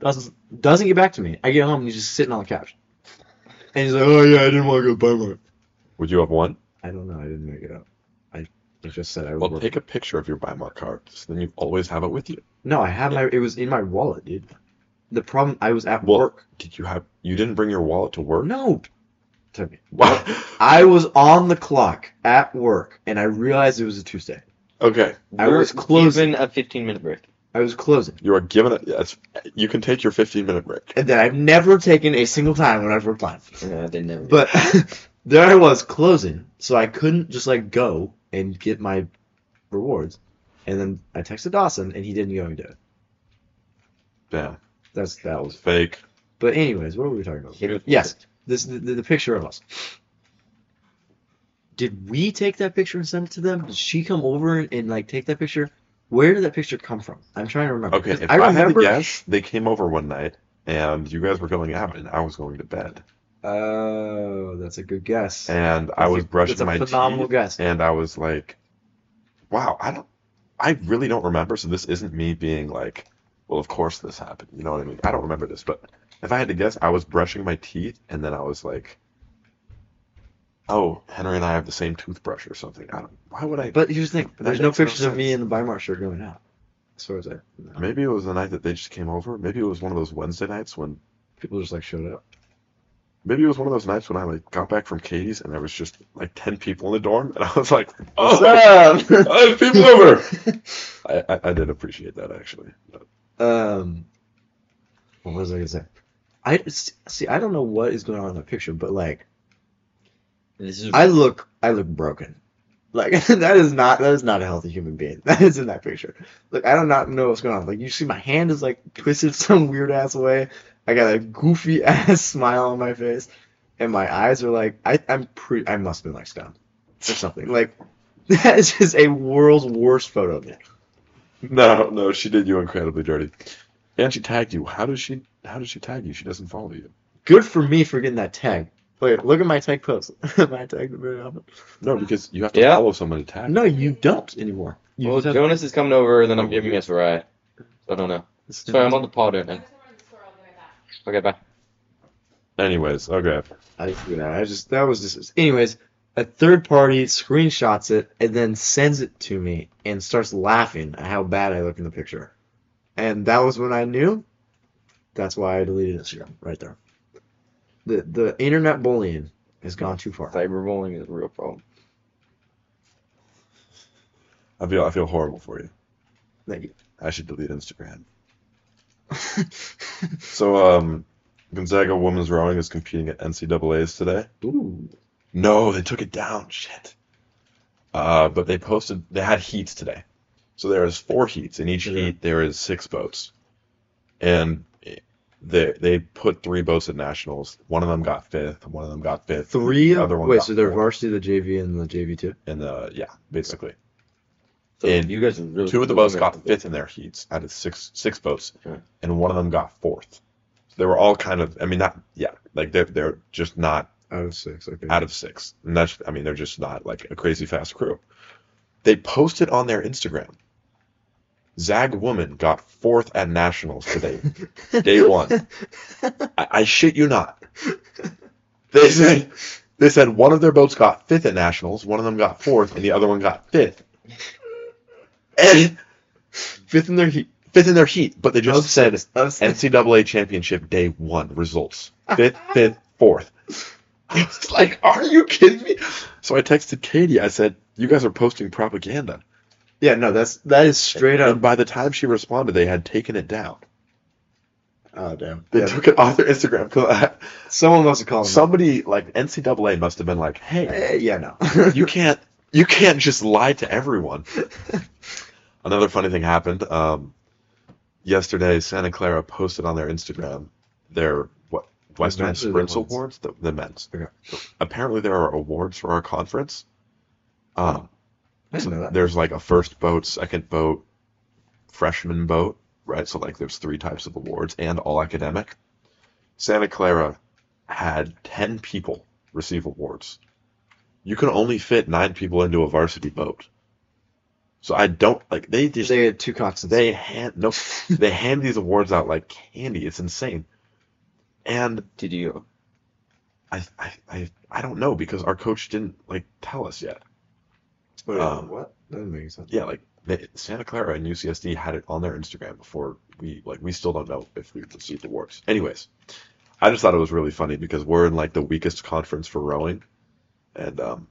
Doesn't doesn't get back to me. I get home and he's just sitting on the couch. And he's like, oh yeah, I didn't want to go to Weimar.
Would you have one?
I don't know. I didn't make it up. I I just said I was
Well,
working.
take a picture of your Bimart card. So then you always have it with you.
No, I have my. It was in my wallet, dude. The problem I was at
Well-
work.
Did you have? You didn't bring your wallet to work?
No. Timmy.
Wow.
I was on the clock at work and I realized it was a Tuesday.
Okay.
I
We're
was closing.
Given a 15 minute break.
I was closing.
You are given a. Yes, you can take your 15 minute break.
And that I've never taken a single time when I've applied.
No, they never.
But there I was closing, so I couldn't just like go and get my rewards. And then I texted Dawson, and he didn't go and do it.
Damn.
That's that
That was
was.
fake.
But anyways, what were we talking about?
Hit with-
Yes, this the, the picture of us. Did we take that picture and send it to them? Did she come over and, like take that picture? Where did that picture come from? I'm trying to remember.
Okay.
'Cause
If I, had to guess, they came over one night and you guys were going out and I was going to bed
Oh, that's a good guess.
and I
That's
was
a-
brushing
that's a
my
phenomenal
teeth
guess.
and I was like, wow, I don't. I really don't remember. So this isn't me being like, well, of course this happened. You know what I mean? I don't remember this, but if I had to guess, I was brushing my teeth and then I was like. Oh, Henry and I have the same toothbrush or something. I don't, why would I?
But here's the thing:
That
there's no
makes no
pictures of me
sense.
and the Weimar shirt going out. As far as I, know.
Maybe it was the night that they just came over. Maybe it was one of those Wednesday nights when.
people just like showed up.
Maybe it was one of those nights when I like got back from Katie's and there was just like ten people in the dorm and I was like, "Oh, I have people over." I, I, I did appreciate that actually. But
um, what was I gonna say? I see. I don't know what is going on in that picture, but like,
This is
I look, I look broken. Like that is not that is not a healthy human being. That is in that picture. Like I do not know what's going on. Like you see, my hand is like twisted some weird ass way. I got a goofy ass smile on my face, and my eyes are like I I'm pretty. I must have been like stoned or something. Like that is just a world's worst photo of me.
no, no, she did you incredibly dirty, and she tagged you. How does she? How does she tag you? She doesn't follow you.
Good for me for getting that tag. Look, look at my tag post. my tag very often.
No, because you have to
Yeah.
follow someone to tag.
No, you don't anymore. You
Well,
just have-
Jonas is coming over, then I'm giving us a ride. So I don't know. Sorry, I'm on the pod right now. Okay, bye.
Anyways, okay.
I you know, I just that was just anyways, a third party screenshots it and then sends it to me and starts laughing at how bad I look in the picture. And that was when I knew that's why I deleted Instagram right there. The the internet bullying has gone too far.
Cyberbullying is a real problem.
I feel I feel horrible for you.
Thank you.
I should delete Instagram. So, um, Gonzaga women's rowing is competing at NCAA's today.
Ooh.
No, they took it down. Shit. Uh, but they posted, they had heats today. So there is four heats. In each
Yeah.
heat, there is six boats. And they they put three boats at nationals. One of them got fifth. One of them got fifth.
Three
The other one
wait,
got
so they're
fourth.
varsity, the J V and the J V two?
And uh, yeah, basically,
So
And
you guys are really
two of the boats got fifth in their heats out of six six boats,
Okay.
and one of them got fourth. So they were all kind of, I mean, not yeah, like they're they're just not.
Out of Oh, six, okay.
out of six. And that's, I mean, they're just not like a crazy fast crew. They posted on their Instagram. Zag Woman got fourth at nationals today. Day one. I, I shit you not. They said, they said one of their boats got fifth at nationals, one of them got fourth, and the other one got fifth. And
Fifth in their heat.
fifth in their heat, but they just said
Of six.
NCAA championship day one results. Fifth, fifth, fourth. I was like, are you kidding me? So I texted Katie. I said, you guys are posting propaganda.
Yeah, no, that's that is straight up
And by the time she responded, they had taken it down.
Oh damn.
They
Yeah.
took it off their Instagram. 'Cause
Someone must have
I-
called him.
Somebody like NCAA must have been like, hey,
Eh, yeah, no.
you can't, you can't just lie to everyone. Another funny thing happened. Um, yesterday, Santa Clara posted on their Instagram their what Western
men's or the
Sprints
women's?
Awards, the, the men's.
Okay.
Apparently, there are awards for our conference. Um,
I didn't know that.
there's like a first boat, second boat, freshman boat, right? So like, there's three types of awards and all academic. Santa Clara had ten people receive awards. You can only fit nine people into a varsity boat. So I don't like they just
They had two cocks. and-
they hand no, they hand these awards out like candy. It's insane. And
Did you?
I I I, I don't know because our coach didn't like tell us yet.
Wait,
um,
what? That doesn't make sense.
Yeah, like They, Santa Clara and UCSD had it on their Instagram before we like we still don't know if we received the awards. Anyways, I just thought it was really funny because we're in like the weakest conference for rowing, and um,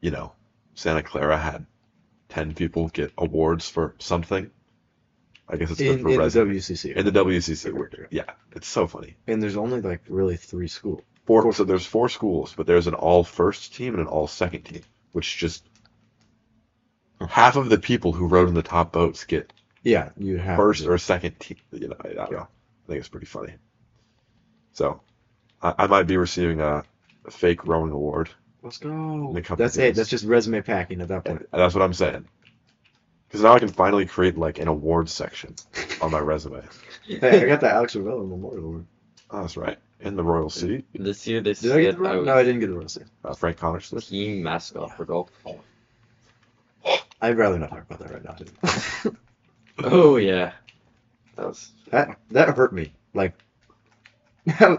you know, Santa Clara had ten people get awards for something. I guess it's good
in,
for
in the
resume.
WCC.
In the WCC, we're doing. Yeah, it's so funny.
and there's only like really three schools.
Four. So there's four schools, but there's an all first team and an all second team, which just half of the people who rode in the top boats get
Yeah, you have
first
to-
or second team. You know, I, I don't know. I think it's pretty funny. So, I, I might be receiving a, a fake rowing award.
Let's go.
the company
That's it.
is-
That's just resume packing at that
And
point.
that's what I'm saying. Because now I can finally create like an awards section on Oh, my resume.
hey, I got the Alex Ravello Memorial Award.
Oh, that's right. In the Royal Seat,
This year, they
Did I get
said
the
I
Royal? No, I
was
didn't get the Royal. Seat.
uh, Frank Connors.
the team mascot for golf.
I'd rather not talk about that right now.
Oh yeah, that was
that that hurt me. Like, I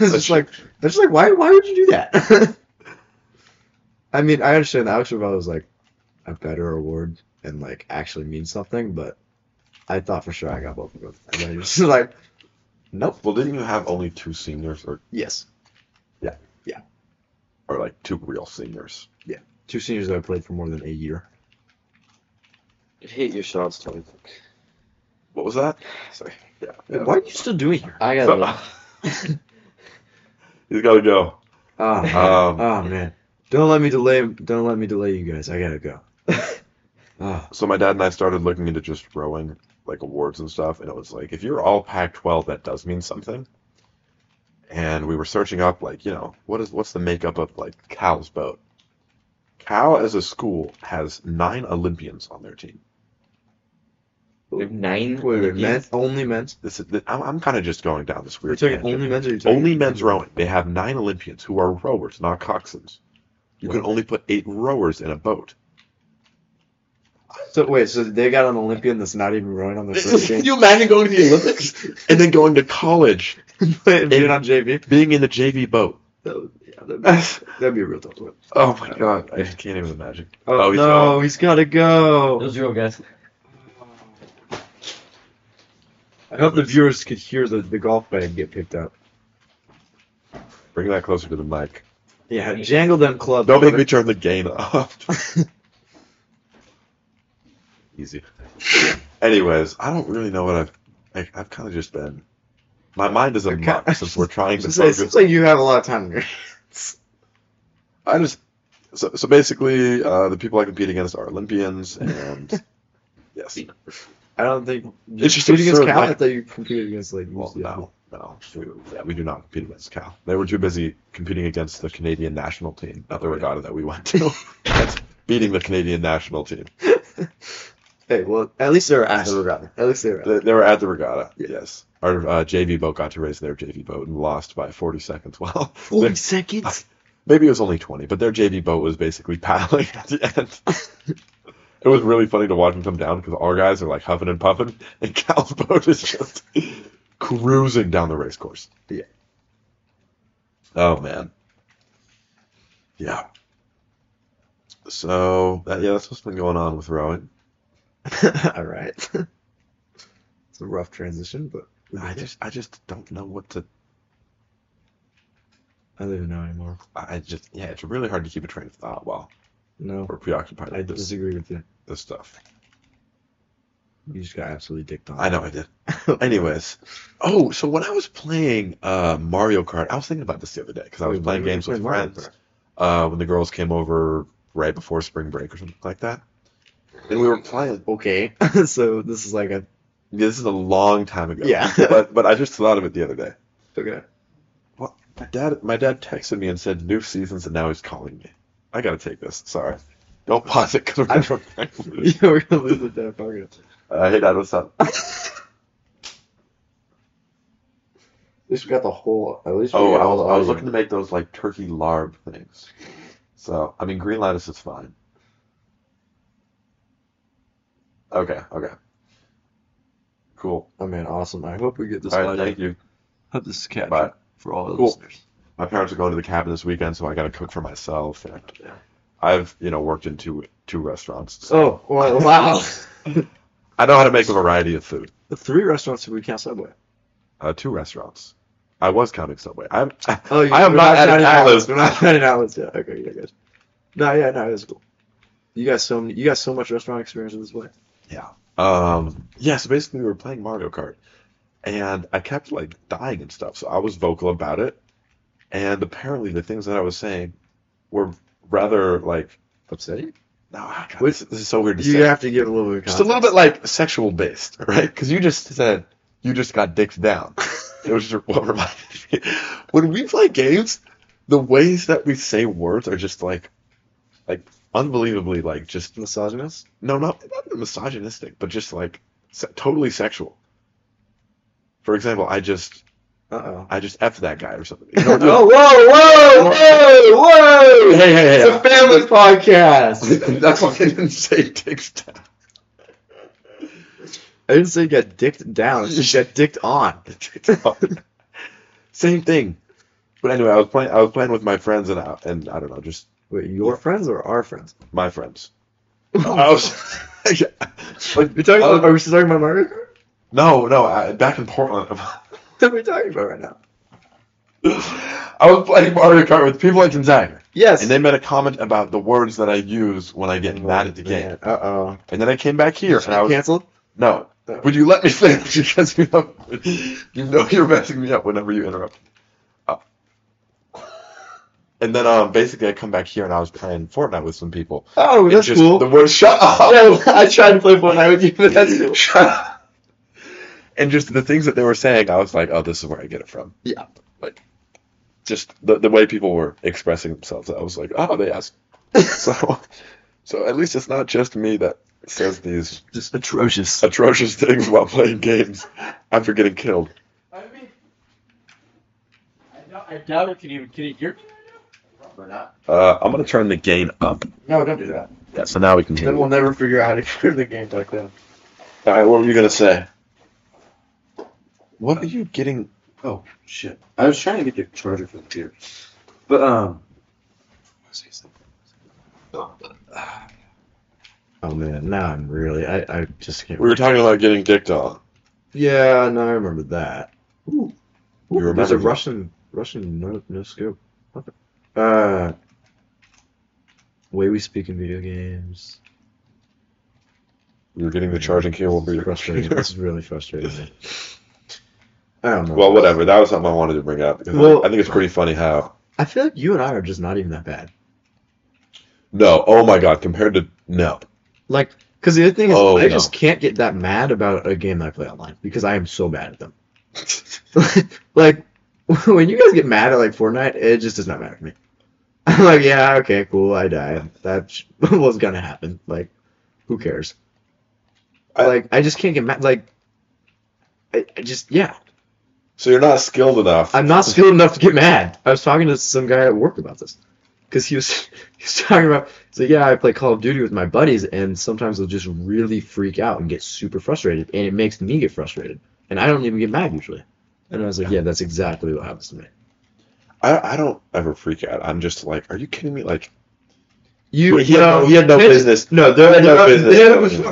was just like, I was just like, why why would you do that? I mean, I understand Alex Ravello is like a better award and like actually means something, but I thought for sure I got both of them. And I just like, nope.
Well, didn't you have only two seniors or
Yes,
or like two real seniors?
two seniors that I played for more than a year.
hit your shots, Tony.
What was that?
Sorry,
Why are you still doing here?
I
So-
got
He's got to go.
Ah.
Um,
Oh man, don't let me delay. Don't let me delay you guys. I gotta go. Ah,
So my dad and I started looking into just rowing like awards and stuff, and it was like if you're all Pac-12, that does mean something. And we were searching up like, you know, what is what's the makeup of like Cal's boat? Cal as a school has nine Olympians on their team.
we have nine.
wait, wait,
Olympians.
men, only men's.
This is I'm, I'm kind of just going down this
You're
weird
talking
tangent.
only men's. Or you're talking
Only men's rowing. They have nine Olympians who are rowers, not coxswains. You can only put eight rowers in a boat.
So wait, so they got an Olympian that's not even rowing on their first
Can
game.
you imagine going to the Olympics and then going to college,
But being on JV,
being in the JV boat?
that would, yeah, that'd, be, that'd be a real tough one.
Oh my god, I can't even imagine.
Oh,
Oh, he's
no,
gone.
he's gotta go.
Those are all guys.
I hope the viewers could hear the, the golf bag get picked up.
Bring that closer to the mic.
Yeah, jangle them clubs.
Don't make me turn the gain off. Easy. Anyways, I don't really know what I've. I, I've kind of just been. My mind is a
Okay.
muck since we're trying to
Just say, it seems
focus.
like you have a lot of time. on your-
I just. So, so basically, uh, the people I compete against are Olympians, and yes,
I don't think.
It's just
competing against
absurd,
Cal. I
like-
thought you competed against like
well,
UCLA.
no, no, we, yeah, we do not compete against Cal. They were too busy competing against the Canadian national team, not the regatta that we went to. That's beating the Canadian national team.
Hey, well, at least they're at her rather. At least they're at
They, they were at the regatta. Yes. Our uh, JV boat got to race their JV boat and lost by 40 seconds. Well, their-
seconds.
maybe it was only 20, but their JV boat was basically paddling at the end. it was really funny to watch them come down because our guys are like huffing and puffing, and Cal's boat is just cruising down the race course.
Yeah.
Oh, man. Yeah. So, that, yeah, that's what's been going on with rowing.
All right. It's a rough transition, but
I just, I just don't know what to
I don't even know anymore.
I just yeah, it's really hard to keep a train of thought while
No,
we're preoccupied
I
with this,
disagree with you.
this stuff.
You just got absolutely dicked on.
I know I did. Anyways, oh, so when I was playing uh, Mario Kart, I was thinking about this the other day because I was
Wait,
playing
why would
games
you
with
play Mario
friends uh, when the girls came over right before spring break or something like that, and we were playing.
Okay, so this is like a
This is a long time ago.
Yeah.
but but I just thought of it the other day.
okay.
My dad, my dad texted me and said new seasons, and now he's calling me. I gotta take this. Sorry, don't pause it because we're
I'm-
gonna run out of time.
yeah, we're gonna lose the damn pocket.
Uh, hey, Dad, what's up?
At least we got the whole. At least.
Oh, I was, I was looking to make those like turkey larb things. So, I mean, green lettuce is fine. Okay, okay. Cool.
Oh man, awesome! I hope we get this.
All right,
audio.
thank you.
Hope this is captured
Bye.
for all the
Cool.
listeners.
My parents are going to the cabin this weekend, so I got to cook for myself. And I've, you know, worked into two restaurants.
Oh, well, wow.
I know how to make a variety of food.
Three restaurants if we count Subway.
Uh, two restaurants. I was counting Subway. I'm,
Oh, you-
I am
we're
not at
counting
an
outlets.
outlets.
We're not at an outlets yet. Okay, yeah, good. No, yeah, no, it's cool. You got so many, you got so much restaurant experience with this way.
Um, yeah, so basically we were playing Mario Kart and I kept like dying and stuff, so I was vocal about it. And apparently the things that I was saying were rather like
Upsetting?
no, ah, God,
Wait,
this, this is so weird to
You
say.
have to give a little bit of
Just a little bit like sexual based, right? Because you just said you just got dicked down. it was just what reminded me. When we play games, the ways that we say words are just like like unbelievably like just
Misogynist?
no, not, not misogynistic, but just like se totally sexual. For example, I just
Uh-oh.
I just f that guy or something. You know,
oh, whoa, whoa, whoa, whoa!
hey, hey, hey!
family podcast!
That's why I didn't say dicks down.
I didn't say you got dicked down, you got dicked on.
Same thing. But anyway, I was playing. I was playing with my friends and I, and I don't know, just
Wait, your friends or our friends?
my friends.
Oh.
I was. Like,
You're talking
I was-
about, are we still talking about Mario Kart?
no, no. I, back in Portland,
What are we talking about right now?
I was playing Mario Kart with people like Gonzaga.
Yes.
And they made a comment about the words that I use when I get mad at the game.
Uh oh.
And then I came back here and I was
canceled?
no. Would you let me finish? Because you know, you know you're messing me up whenever you interrupt. Uh, and then um, basically I come back here and I was playing Fortnite with some people.
Oh,
And
that's
just
cool.
The word shut up.
Yeah, I tried to play Fortnite with you, but that's cool.
Shut up. And just the things that they were saying, I was like, oh, this is where I get it from.
Yeah.
Like, just the, the way people were expressing themselves, I was like, oh, they asked. so, so at least it's not just me that says these
Just atrocious.
atrocious things while playing games after getting killed.
I mean, I doubt, I doubt it can even. Can you hear me?
Uh, I'm going to turn the gain up.
No, don't do that.
Yeah, so now we can
Then we'll never figure out how to clear the game back then.
All right, what were you going to say? What are you getting?
Oh shit! I was trying to get the charger for the computer, but um. Oh man, now I'm really I I just can't.
We were talking about getting dicked on.
Yeah, no, I remember that. Ooh,
You remember
there's a
that.
Russian Russian no no scope. What the- Uh, way we speak in video games.
You were getting the charging cable for your
frustrating.
computer.
this is really frustrating. me. I don't know.
Well, whatever. That was something I wanted to bring up. because
Well-
I think it's pretty funny how.
I feel like you and I are just not even that bad.
No, oh my God, compared to no,
Like, because the other thing is,
Oh,
I
no.
just can't get that mad about a game that I play online because I am so bad at them. like, when you guys get mad at like Fortnite, it just does not matter to me. I'm like, yeah, okay, cool, I died. That sh- was gonna happen. Like, who cares?
I-
like, I just can't get mad. Like, I, I just yeah,
so you're not skilled enough.
I'm not skilled enough to get mad. I was talking to some guy at work about this because he was he was talking about so yeah, I play Call of Duty with my buddies, and sometimes they'll just really freak out and get super frustrated, and it makes me get frustrated, and I don't even get mad usually. And I was like, yeah, that's exactly what happens to me.
I, I don't ever freak out. I'm just like, are you kidding me? Like,
You,
He
you
had no-
know,
he had no
there's-
business.
No, there,
He had
there,
no
are-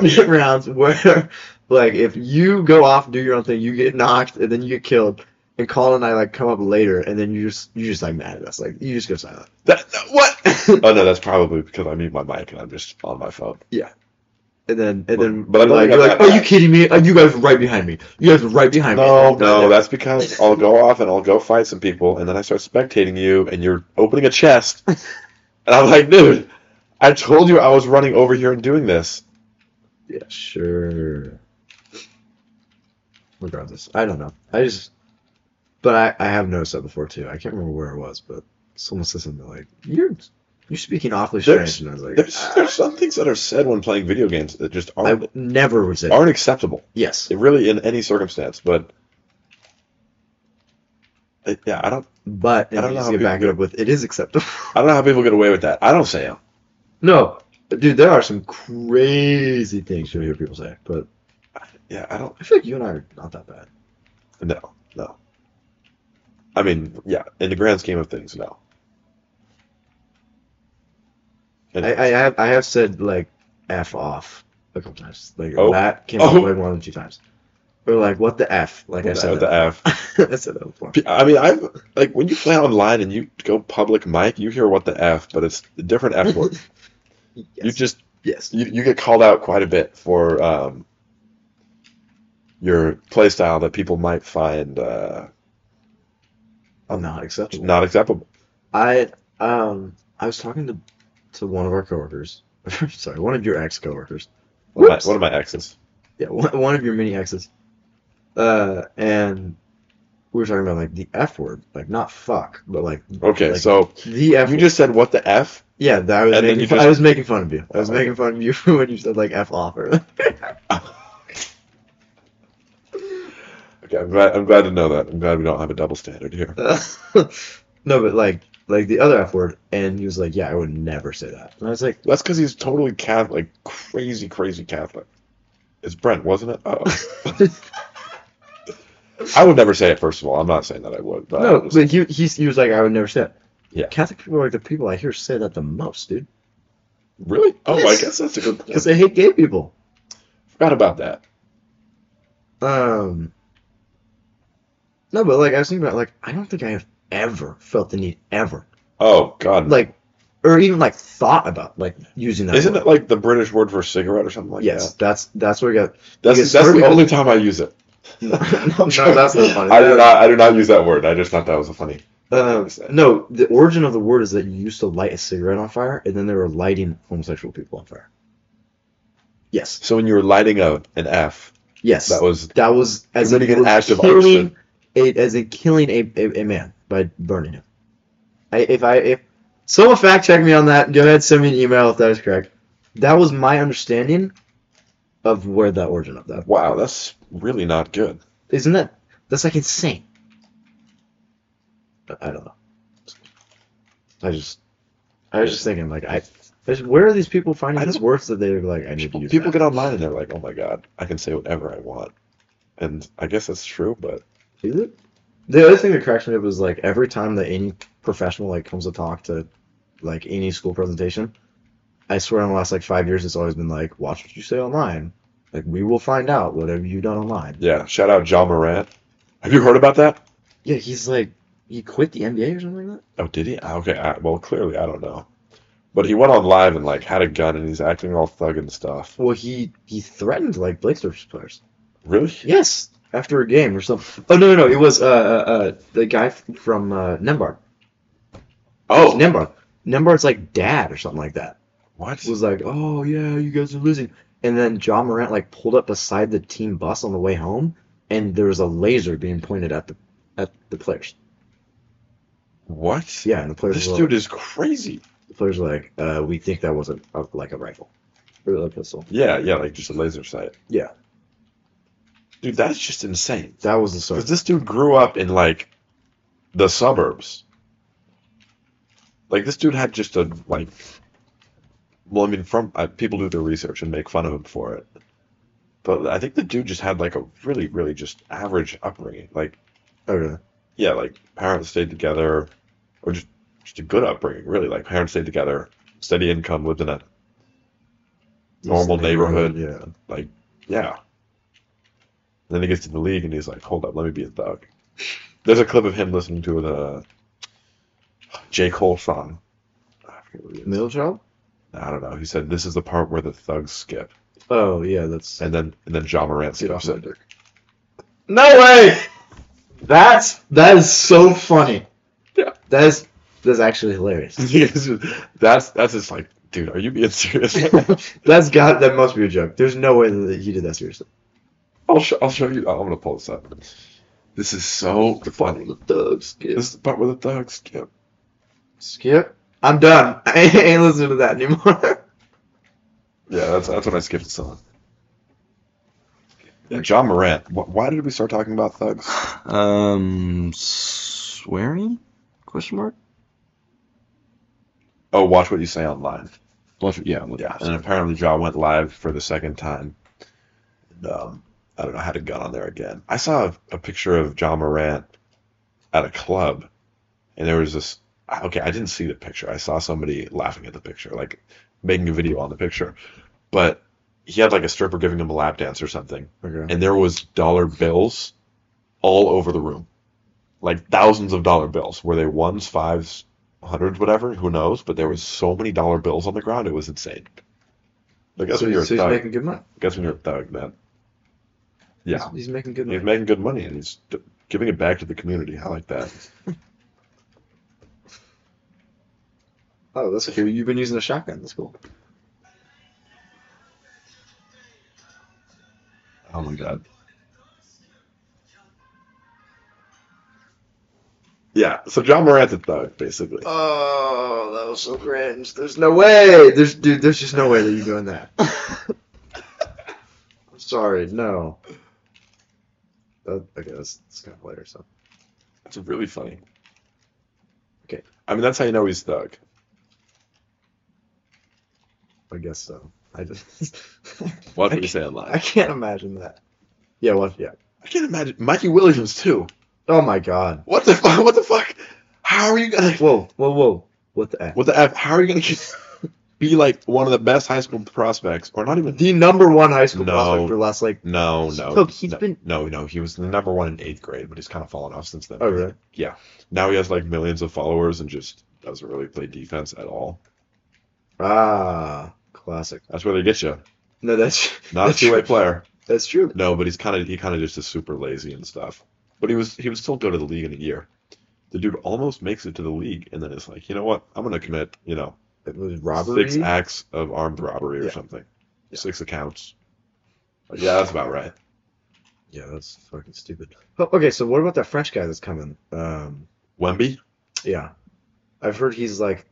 business
there
going
are rounds where, like, if you go off and do your own thing, you get knocked and then you get killed. And Colin and I like come up later, and then you just you just like mad at us, like you just go silent.
that, that- what? oh no, that's probably because I mute my mic and I'm just on my phone.
And then and then
But- but I
you're
don't
like,
think
you're
I'm
like,
that
are you
bad."
kidding me? Uh, You guys are right behind me. You guys are right behind
No,
me.
no, that's because I'll go off and I'll go fight some people, and then I start spectating you, and you're opening a chest, and I'm like, dude, I told you I was running over here and doing this.
yeah, sure. Regardless, I don't know. I just, but I I have noticed that before too. I can't remember where it was, but someone said something like, "You're you're speaking awfully
There's-
strange," and I was like,
There's
"Ah."
there's some things that are said when playing video games that just
I
aren't
w- never would say
aren't acceptable.
yes.
It really in any circumstance, but it, yeah, I don't,
But
I don't
and
know
you just
how
get
people
back
get-
up with it is acceptable.
I don't know how people get away with that. I don't say them.
no, dude, there are some crazy things you'll hear people say, but
Yeah, I don't.
I feel like you and I are not that bad.
No, no. I mean, yeah, in the grand scheme of things, no.
I, I have I have said like f off a couple times. Like
Oh.
that came up
Oh.
like one or two times. Or like what the f? Like I
What the-
said
what the F?
I said that before.
P- I mean, I like when you play online and you go public mic, you hear what the f, but it's a different f word. You
Yes.
just
yes.
you, you get called out quite a bit for um, your play style that people might find uh,
I'm not acceptable.
not acceptable.
I um I was talking to to one of our coworkers. Sorry, one of your ex coworkers.
One of, my, one of my exes.
Yeah, one, one of your mini exes. Uh, and we were talking about like the F word, like not fuck, but like
Okay,
Like,
so
the F.
you
word.
just said what the f?
yeah, that I was
and then
making
you
fun,
just-
I was making fun of you. I was
Okay.
making fun of you when you said like F off or
Okay, I'm glad, I'm glad to know that. I'm glad we don't have a double standard here.
no, but like like the other F word, and he was like, yeah, I would never say that. And I was like,
That's because he's totally Catholic, crazy, crazy Catholic. It's Brent, wasn't it? Oh. I would never say it. First of all, I'm not saying that I would. But
no, but he, he he was like, I would never say that.
Yeah.
Catholic people are like the people I hear say that the most, dude,
really? Oh, I
Yes.
guess that's a good point.
because they hate gay people.
Forgot about that.
Um, no, but like I was thinking about, like I don't think I have ever felt the need ever,
Oh God,
like, or even like thought about like using that.
isn't
word.
it like the British word for cigarette or something like
yes, that's that's where we got.
that? That's
Because
that's the
British-
only time I use it.
No, no, that's not funny.
I do not. I do not use that word. I just thought that was a funny.
Um, no, the origin of the word is that you used to light a cigarette on fire, and then they were lighting homosexual people on fire. Yes,
So when you were lighting a an F,
yes,
that was
that was as
committing
in
an act of
killing, a, as in killing a, a, a man by burning him. I, if I if someone fact check me on that, go ahead send me an email if that is correct. That was my understanding of where that origin of that
wow. That's really not good.
isn't that that's like insane. I- I don't know. I just I was just thinking like I. I just- Where are these people finding
I
these
don't-
words that they're like? I need to
people,
use.
people
that.
get online and they're like, "Oh my god, I can say whatever I want," and I guess that's true. But
Is it? The other thing that cracks me up is like every time that any professional like comes to talk to like any school presentation, I swear in the last like five years it's always been like, watch what you say online. Like we will find out whatever you've done online.
yeah, shout out John Morant. Have you heard about that?
Yeah, he's like he quit the NBA or something like
Oh, did he? Ah, Okay, I, well, clearly I don't know, but he went on live and like had a gun and he's acting all thug and stuff.
that. Well, he he threatened like Blake Surfers players.
Really?
Yes, after a game or something. Oh no no no! It was uh uh, uh the guy f- from uh, Nembhard.
Oh,
Nembhard. Nembhard's like dad or something like that.
what?
was like, "Oh yeah, you guys are losing," and then John Morant like pulled up beside the team bus on the way home, and there was a laser being pointed at the at the players.
What?
Yeah, and the players
This
were
dude is crazy.
the players were like, uh, "We think that wasn't a, like a rifle or a pistol."
Yeah, yeah, like just a laser sight.
Yeah.
Dude, that's just insane.
That was the story.
Because this dude grew up in like the suburbs. Like this dude had just a like. Well, I mean, from uh, people do their research and make fun of him for it, but I think the dude just had like a really, really just average upbringing. Like,
Oh, really?
yeah, like parents stayed together, or just just a good upbringing, really. Like parents stayed together, steady income, lived in a Normal neighborhood.
Yeah.
Yeah. then he gets to the league and he's like, hold up, let me be a thug. There's a clip of him listening to the J. Cole song. I forget what it is.
Middle child?
I don't know. He said, this is the part where the thugs skip.
Oh yeah, that's
And then and then John Morant
Get off
skips
my
it.
dick. No way. That's that is so funny.
Yeah.
That is that's actually hilarious.
He's just- that's that's just like, dude, are you being serious?
That's got that must be a joke. There's no way that he did that seriously.
I'll, show I'll show you. I'm going to pull this up. This is so funny.
Doug, skip.
This is the part where the thugs skip.
Skip. I'm done. I ain't listening to that anymore.
Yeah, that's that's when I skipped the song. Yeah, John Morant. Wh- Why did we start talking about thugs?
Um, swearing? Question mark.
Oh, watch what you say online.
Watch it. Yeah.
Yeah, and apparently Jaw went live for the second time. And, um, I don't know, had a gun on there again. I saw a, a picture of John Morant at a club, and there was this. I- okay, I didn't see the picture. I saw somebody laughing at the picture, like making a video on the picture. But he had like a stripper giving him a lap dance or something,
Okay.
and there was dollar bills all over the room. Like thousands of dollar bills. Were they ones, fives, hundreds, whatever? Who knows? But there was so many dollar bills on the ground, it was insane. Like that's
so
when you're a
so he's
thug.
making good money.
Guess when you're a thug, man. Yeah.
He's, he's making good money.
He's making good money and he's d- giving it back to the community. I like that.
oh, that's cool. You've been using a shotgun. That's cool.
Oh my god. Yeah, so John Morant's a thug, basically.
Oh, that was so cringe. There's no way. There's dude. There's just no way that you're doing that. I'm sorry. No. That, okay, that's, that's kind of later. So
It's really funny.
Okay.
I mean, that's how you know he's thug.
I guess so. I just.
Watch
I
what you
can't-
say online.
I can't imagine that. Yeah. What? Yeah.
I can't imagine. Mikey Williams, too.
Oh my God.
What the fuck? What the fuck? How are you gonna.
Whoa. Whoa. Whoa. What the? F?
What the F? How are you gonna get- be like one of the best high school prospects? Or not even.
The number one high school
No.
prospect for the last like.
No, no.
Look, he's
no,
been-
No, no. He was the number one in eighth grade, but he's kind of fallen off since then.
Oh really?
Now he has like millions of followers and just doesn't really play defense at all.
Ah, classic.
That's where they get you.
No, that's
Not a
that's
two-way
true.
player.
That's true.
No, but he's kind of he kind of just is super lazy and stuff. But he was he would still go to the league in a year. The dude almost makes it to the league, and then it's like, you know what? I'm gonna commit, you know,
It was robbery.
six acts of armed robbery or
Yeah.
something,
Yeah.
six accounts. Like, yeah, that's about right.
Yeah, that's fucking stupid. Oh, okay, so what about that French guy that's coming? Um,
Wemby,
yeah, I've heard he's like,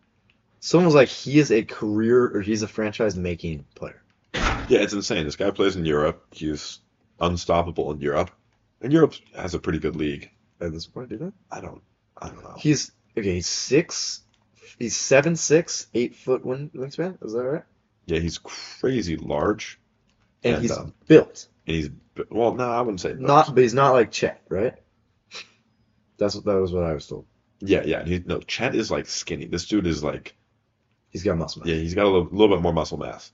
someone's like he is a career or he's a franchise-making player.
yeah, it's insane. This guy plays in Europe. He's unstoppable in Europe, and Europe has a pretty good league.
At this point, do that.
I don't, I don't know.
He's okay. He's six. He's seven six, eight foot wing, wingspan. Is that right?
Yeah, he's crazy large,
And
And,
he's
um,
built.
and he's b- well, no, I wouldn't say
Not, but he's not like Chet, right? That's what that was what I was told.
Yeah, yeah. He, no, Chet is like skinny. This dude is like,
He's got muscle. mass.
yeah, he's got a little, little bit more muscle mass.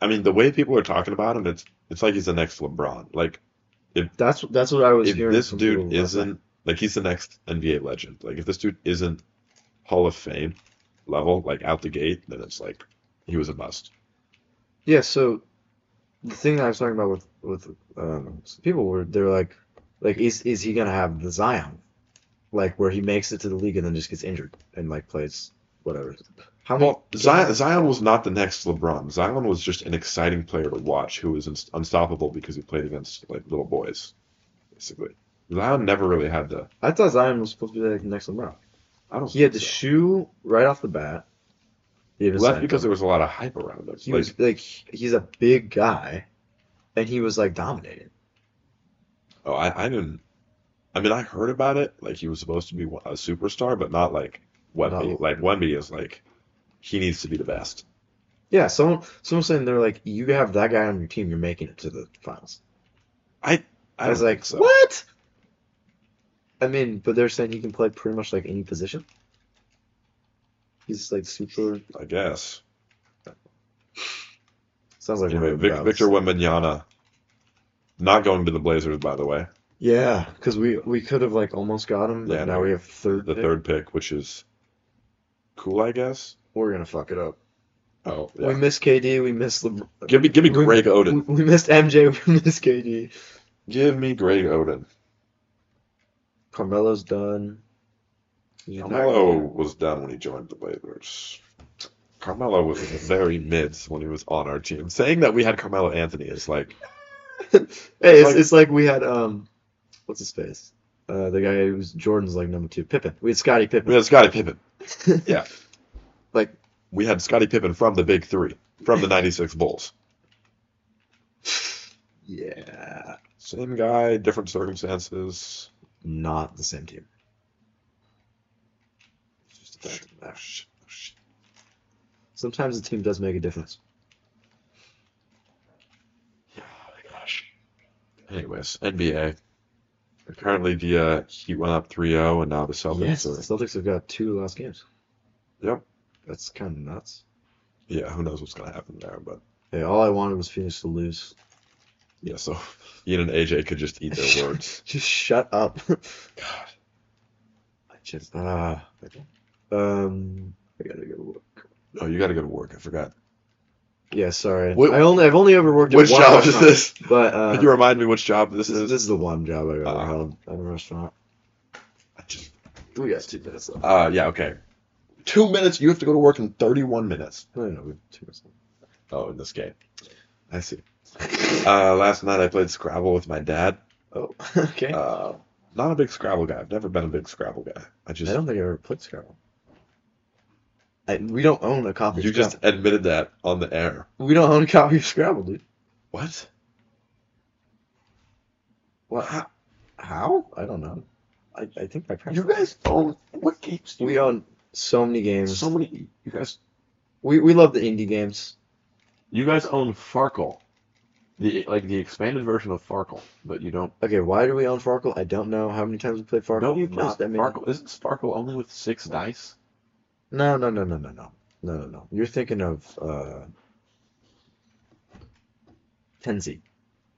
I mean, the way people are talking about him, it's it's like he's the next LeBron. Like
That's that's what I was
if
hearing.
this
from
dude
people last night.
isn't like he's the next NBA legend. Like if this dude isn't Hall of Fame level, like out the gate, then it's like he was a bust.
Yeah, so the thing that I was talking about with with um, some people were they're like, like is is he gonna have the Zion, like where he makes it to the league and then just gets injured and like plays whatever. How many?
Well, Zion, Zion was not the next LeBron. Zion was just an exciting player to watch who was inst unstoppable because he played against like little boys, basically. Zion never really had the.
I thought Zion was supposed to be like the next LeBron.
I don't.
He had the
think so.
shoe right off the bat. He had his
Well, that's
sidearm.
because there was a lot of hype around him.
he
like,
was like he's a big guy, and he was like dominated.
oh, I, I didn't. I mean, I heard about it. Like, he was supposed to be a superstar, but not like Wemby.
No.
Like, Wemby is like, he needs to be the best.
Yeah, someone someone saying they're like you have that guy on your team, you're making it to the finals. I was
don't
like,
think so.
what? I mean, but they're saying he can play pretty much like any position. He's like super.
I guess.
Sounds like
Anyway,
Roman
Vic,
Reigns.
Victor Wembanyama, not going to the Blazers, by the way.
Yeah, because we we could have like almost got him, but
Yeah,
now
no.
we have third.
The
pick.
third pick, which is cool, I guess.
We're gonna fuck it up.
Oh,
We
yeah.
missed KD. We missed LeBron.
Give me, give me
we-
Greg
We,
Oden.
we missed MJ. We missed KD.
Give me Greg Oden.
Carmelo's done. He's not-
Carmelo was done when he joined the Blazers. Carmelo was in the very mids when he was on our team. Saying that we had Carmelo Anthony is like,
Hey,
It's
it's,
like-
it's like we had um, what's his face? Uh, the guy who was Jordan's like number two, Pippen. We had Scottie
we
Pippen.
had Scottie Pippen. Yeah.
Like-
we had Scottie Pippen from the Big Three, from the 96 Bulls.
yeah.
Same guy, different circumstances.
not the same team. It's just a fact of the matter. Sometimes the team does make a difference.
oh Anyways, NBA. Apparently the uh, Heat went up 3-0, and now the Celtics
yes, the
are.
Celtics have got two last games.
Yep.
That's kind of nuts.
Yeah, who knows what's gonna happen there, but
Hey, all I wanted was Phoenix to lose.
yeah. So Ian and AJ could just eat their words.
Just shut up.
God.
I just ah. um, I gotta go to work.
Oh, you got to go to work. I forgot.
Yeah, sorry.
Wh-
I only I've only ever worked at
Which
one
job is
restaurant,
this?
But uh,
Can you remind me which job this
this is
is?
this is the one job I've ever
Uh.
held at a restaurant.
I just-
We got two minutes left.
Uh, yeah, okay. Two minutes. You have to go to work in 31 minutes.
No, no, we have two minutes left.
Oh, in this game. I see. Uh, last night I played Scrabble with my dad.
Oh, okay.
Uh, not a big Scrabble guy. I've never been a big Scrabble guy. I just
I don't think I ever played Scrabble. I, we don't own a copy.
you
of Scrabble.
just admitted that on the air.
we don't own a copy of Scrabble, dude.
What?
What? How? how? I don't know. I, I think my parents.
You guys own what games? Do
We own so many
you
games.
so many. You guys.
we we love the indie games.
You guys own Farkle, the like the expanded version of Farkle, but you don't.
Okay, why do we own Farkle? I don't know how many times we played Farkle.
Don't you
Not that many.
Farkle? Isn't Farkle only with six dice?
No, no, no, no, no, no, no, no, no. You're thinking of uh, Tenzi.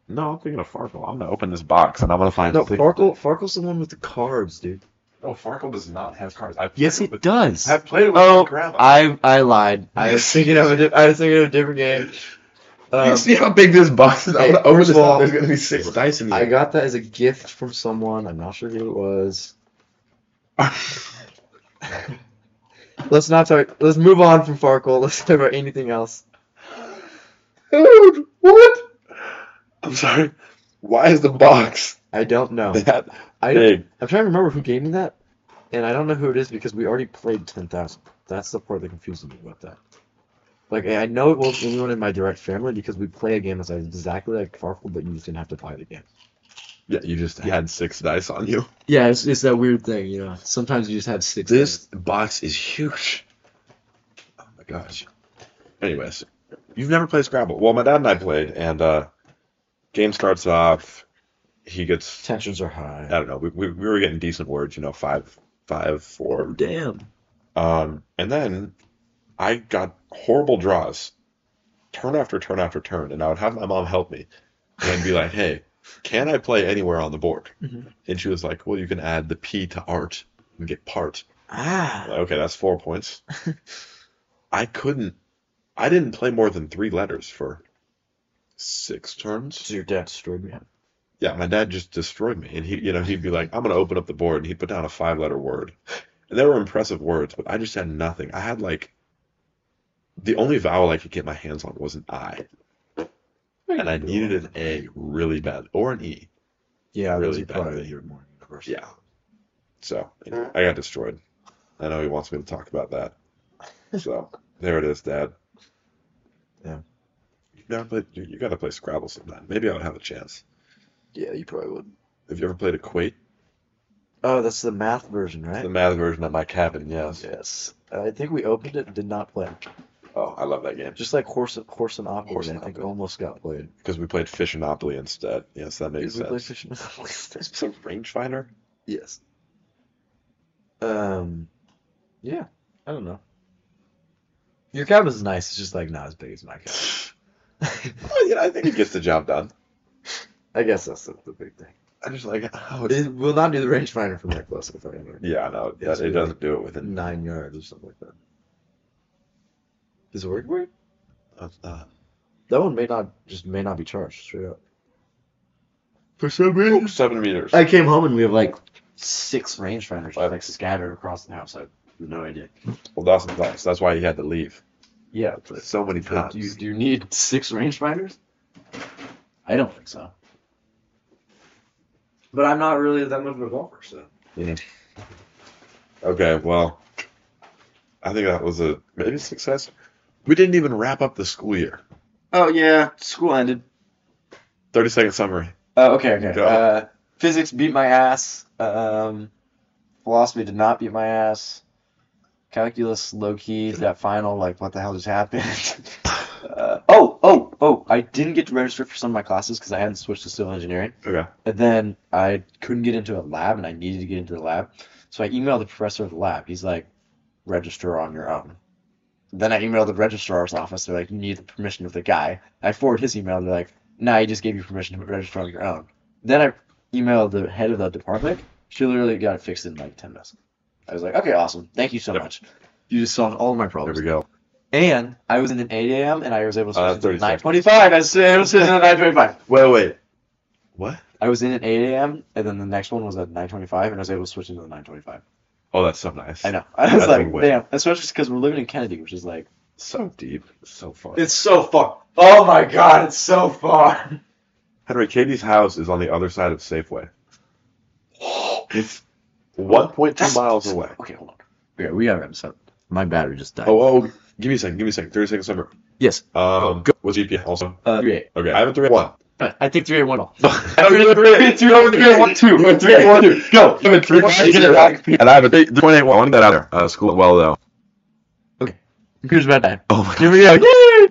No, I'm thinking of Farkle. I'm gonna open this box and I'm gonna find.
No,
six-
Farkle. Farkle's the one with the cards, dude.
No, Farkle does not have cards. I've
Yes,
played
it does.
I've played it with
Oh,
my grandma.
I I lied.
I was thinking of a di- I was thinking of a different game.
you
Um,
see how big this box is?
hey,
I'm gonna open
first
this
of all,
up. There's gonna be six dice in here.
I got that as a gift from someone. I'm not sure who it was. Let's not talk. Let's move on from Farkle. Let's talk about anything else.
Dude, what? I'm sorry. Why is the box
I don't know.
that
I
big?
I'm trying to remember who gave me that, and I don't know who it is because we already played ten thousand. That's the part that confuses me about that. Like I I know it wasn't anyone in my direct family because we play a game that's exactly like Farkle, but you just didn't have to buy the game.
Yeah, you just had six dice on you.
Yeah, it's, it's that weird thing, you know. Sometimes you just have six.
This box is huge. Oh my gosh. Anyways, you've never played Scrabble. Well, my dad and I played, and uh, game starts off. He gets,
tensions are
I
high.
don't know, we, we, we were getting decent words, you know, five, five, four,
Damn.
Um, and then I got horrible draws, turn after turn after turn, and I would have my mom help me and be like, "Hey, can I play anywhere on the board?"
Mhm.
And she was like, "Well, you can add the P to art and get part." I'm
Ah.
like, okay, that's four points. I couldn't. I didn't play more than three letters for six turns.
So your dad destroyed me.
Yeah, my dad just destroyed me, and he, you know, he'd be like, "I'm gonna open up the board," and he'd put down a five-letter word, and there were impressive words, but I just had nothing. I had like the only vowel I could get my hands on was an I, and I needed an A really bad or an E.
Yeah,
really
really probably
bad.
you were more universal.
Yeah, so anyway, I got destroyed. I know he wants me to talk about that, so there it is, Dad.
Yeah.
You never played. You, you got to play Scrabble sometime. Maybe I would have a chance.
Yeah, you probably would.
Have you ever played Equate?
Oh, that's the math version,
The
right?
math version at my cabin, yes.
Yes. I think we opened it and did not play.
Oh, I love that game.
Just like horse, horse and ox,
Horse
I
and
think
Oculus.
almost got played.
Because we played Fissionopoly instead. Yes, that makes
Did we play
sense.
Fish and Oculus?
Is this a rangefinder?
yes. Um. Yeah, I don't know. Your cabin's nice. It's just like not as big as my cabin.
Well, you know, I think it gets the job done.
I guess that's the, the big thing.
I'm just like, oh, it's-
It will not do the rangefinder from that close. I thought anyway.
yeah, no, it,
It's
it doesn't do it within.
nine yards or something like that. Does it work weird?
Uh, uh,
That one may not just may not be charged straight up.
For some
oh, seven meters.
I came home and we have like six rangefinders just
Right.
like scattered across the house. I have no idea.
Well, Dawson's lost. That's why he had to leave.
Yeah, but
So many
but do you
times.
do you need six rangefinders?
I don't think so.
But I'm not really that much of a golfer, so
Okay, well, I think that was a maybe success. We didn't even wrap up the school year.
Oh yeah, school ended.
30 second summary.
Oh, okay, okay.
Go.
Uh, physics beat my ass. Um, philosophy did not beat my ass. Calculus, low key, that final, like, what the hell just happened? uh, oh, oh, oh,
Oh, I didn't get to register for some of my classes because I hadn't switched to civil engineering.
Okay.
And then I couldn't get into a lab, and I needed to get into the lab. So I emailed the professor of the lab. He's like, register on your own. Then I emailed the registrar's office. They're like, you need the permission of the guy. I forward his email, and they're like, nah, he just gave you permission to register on your own. Then I emailed the head of the department. She literally got it fixed in like 10 minutes. I was like, okay, awesome. Thank you so
Yep.
much. You just solved all of my
There
problems.
we go.
And I was in at 8 a.m. and I was able to
Uh,
switch to
30 seconds.
9:25. I was, I was in at 9:25.
Wait, wait. What?
I was in at 8 a.m. and then the next one was at 9:25, and I was able to switch into the 9:25.
Oh, that's so nice.
I know. I was
That's
like,
a win.
damn. Especially because we're living in Kennedy, which is like,
So deep. So fun.
it's so far. Oh my god, it's so far.
Henry, Katie's house is on the other side of Safeway. It's 1.2 miles away.
Okay, hold on. Yeah, we gotta wrap this up. My battery just died.
Oh, oh, give me a second. Give me a second. 30 seconds number.
Yes.
Um, What's GPA also?
Uh, three eight.
Okay, I have a 3 1.
I think three eight one all.
I'm doing great.
Go.
I'm a three And I have a 3.81. I uh, want to get that out there. Uh, school well, though.
Computer's about to die.
Oh my
Here we go. Yay!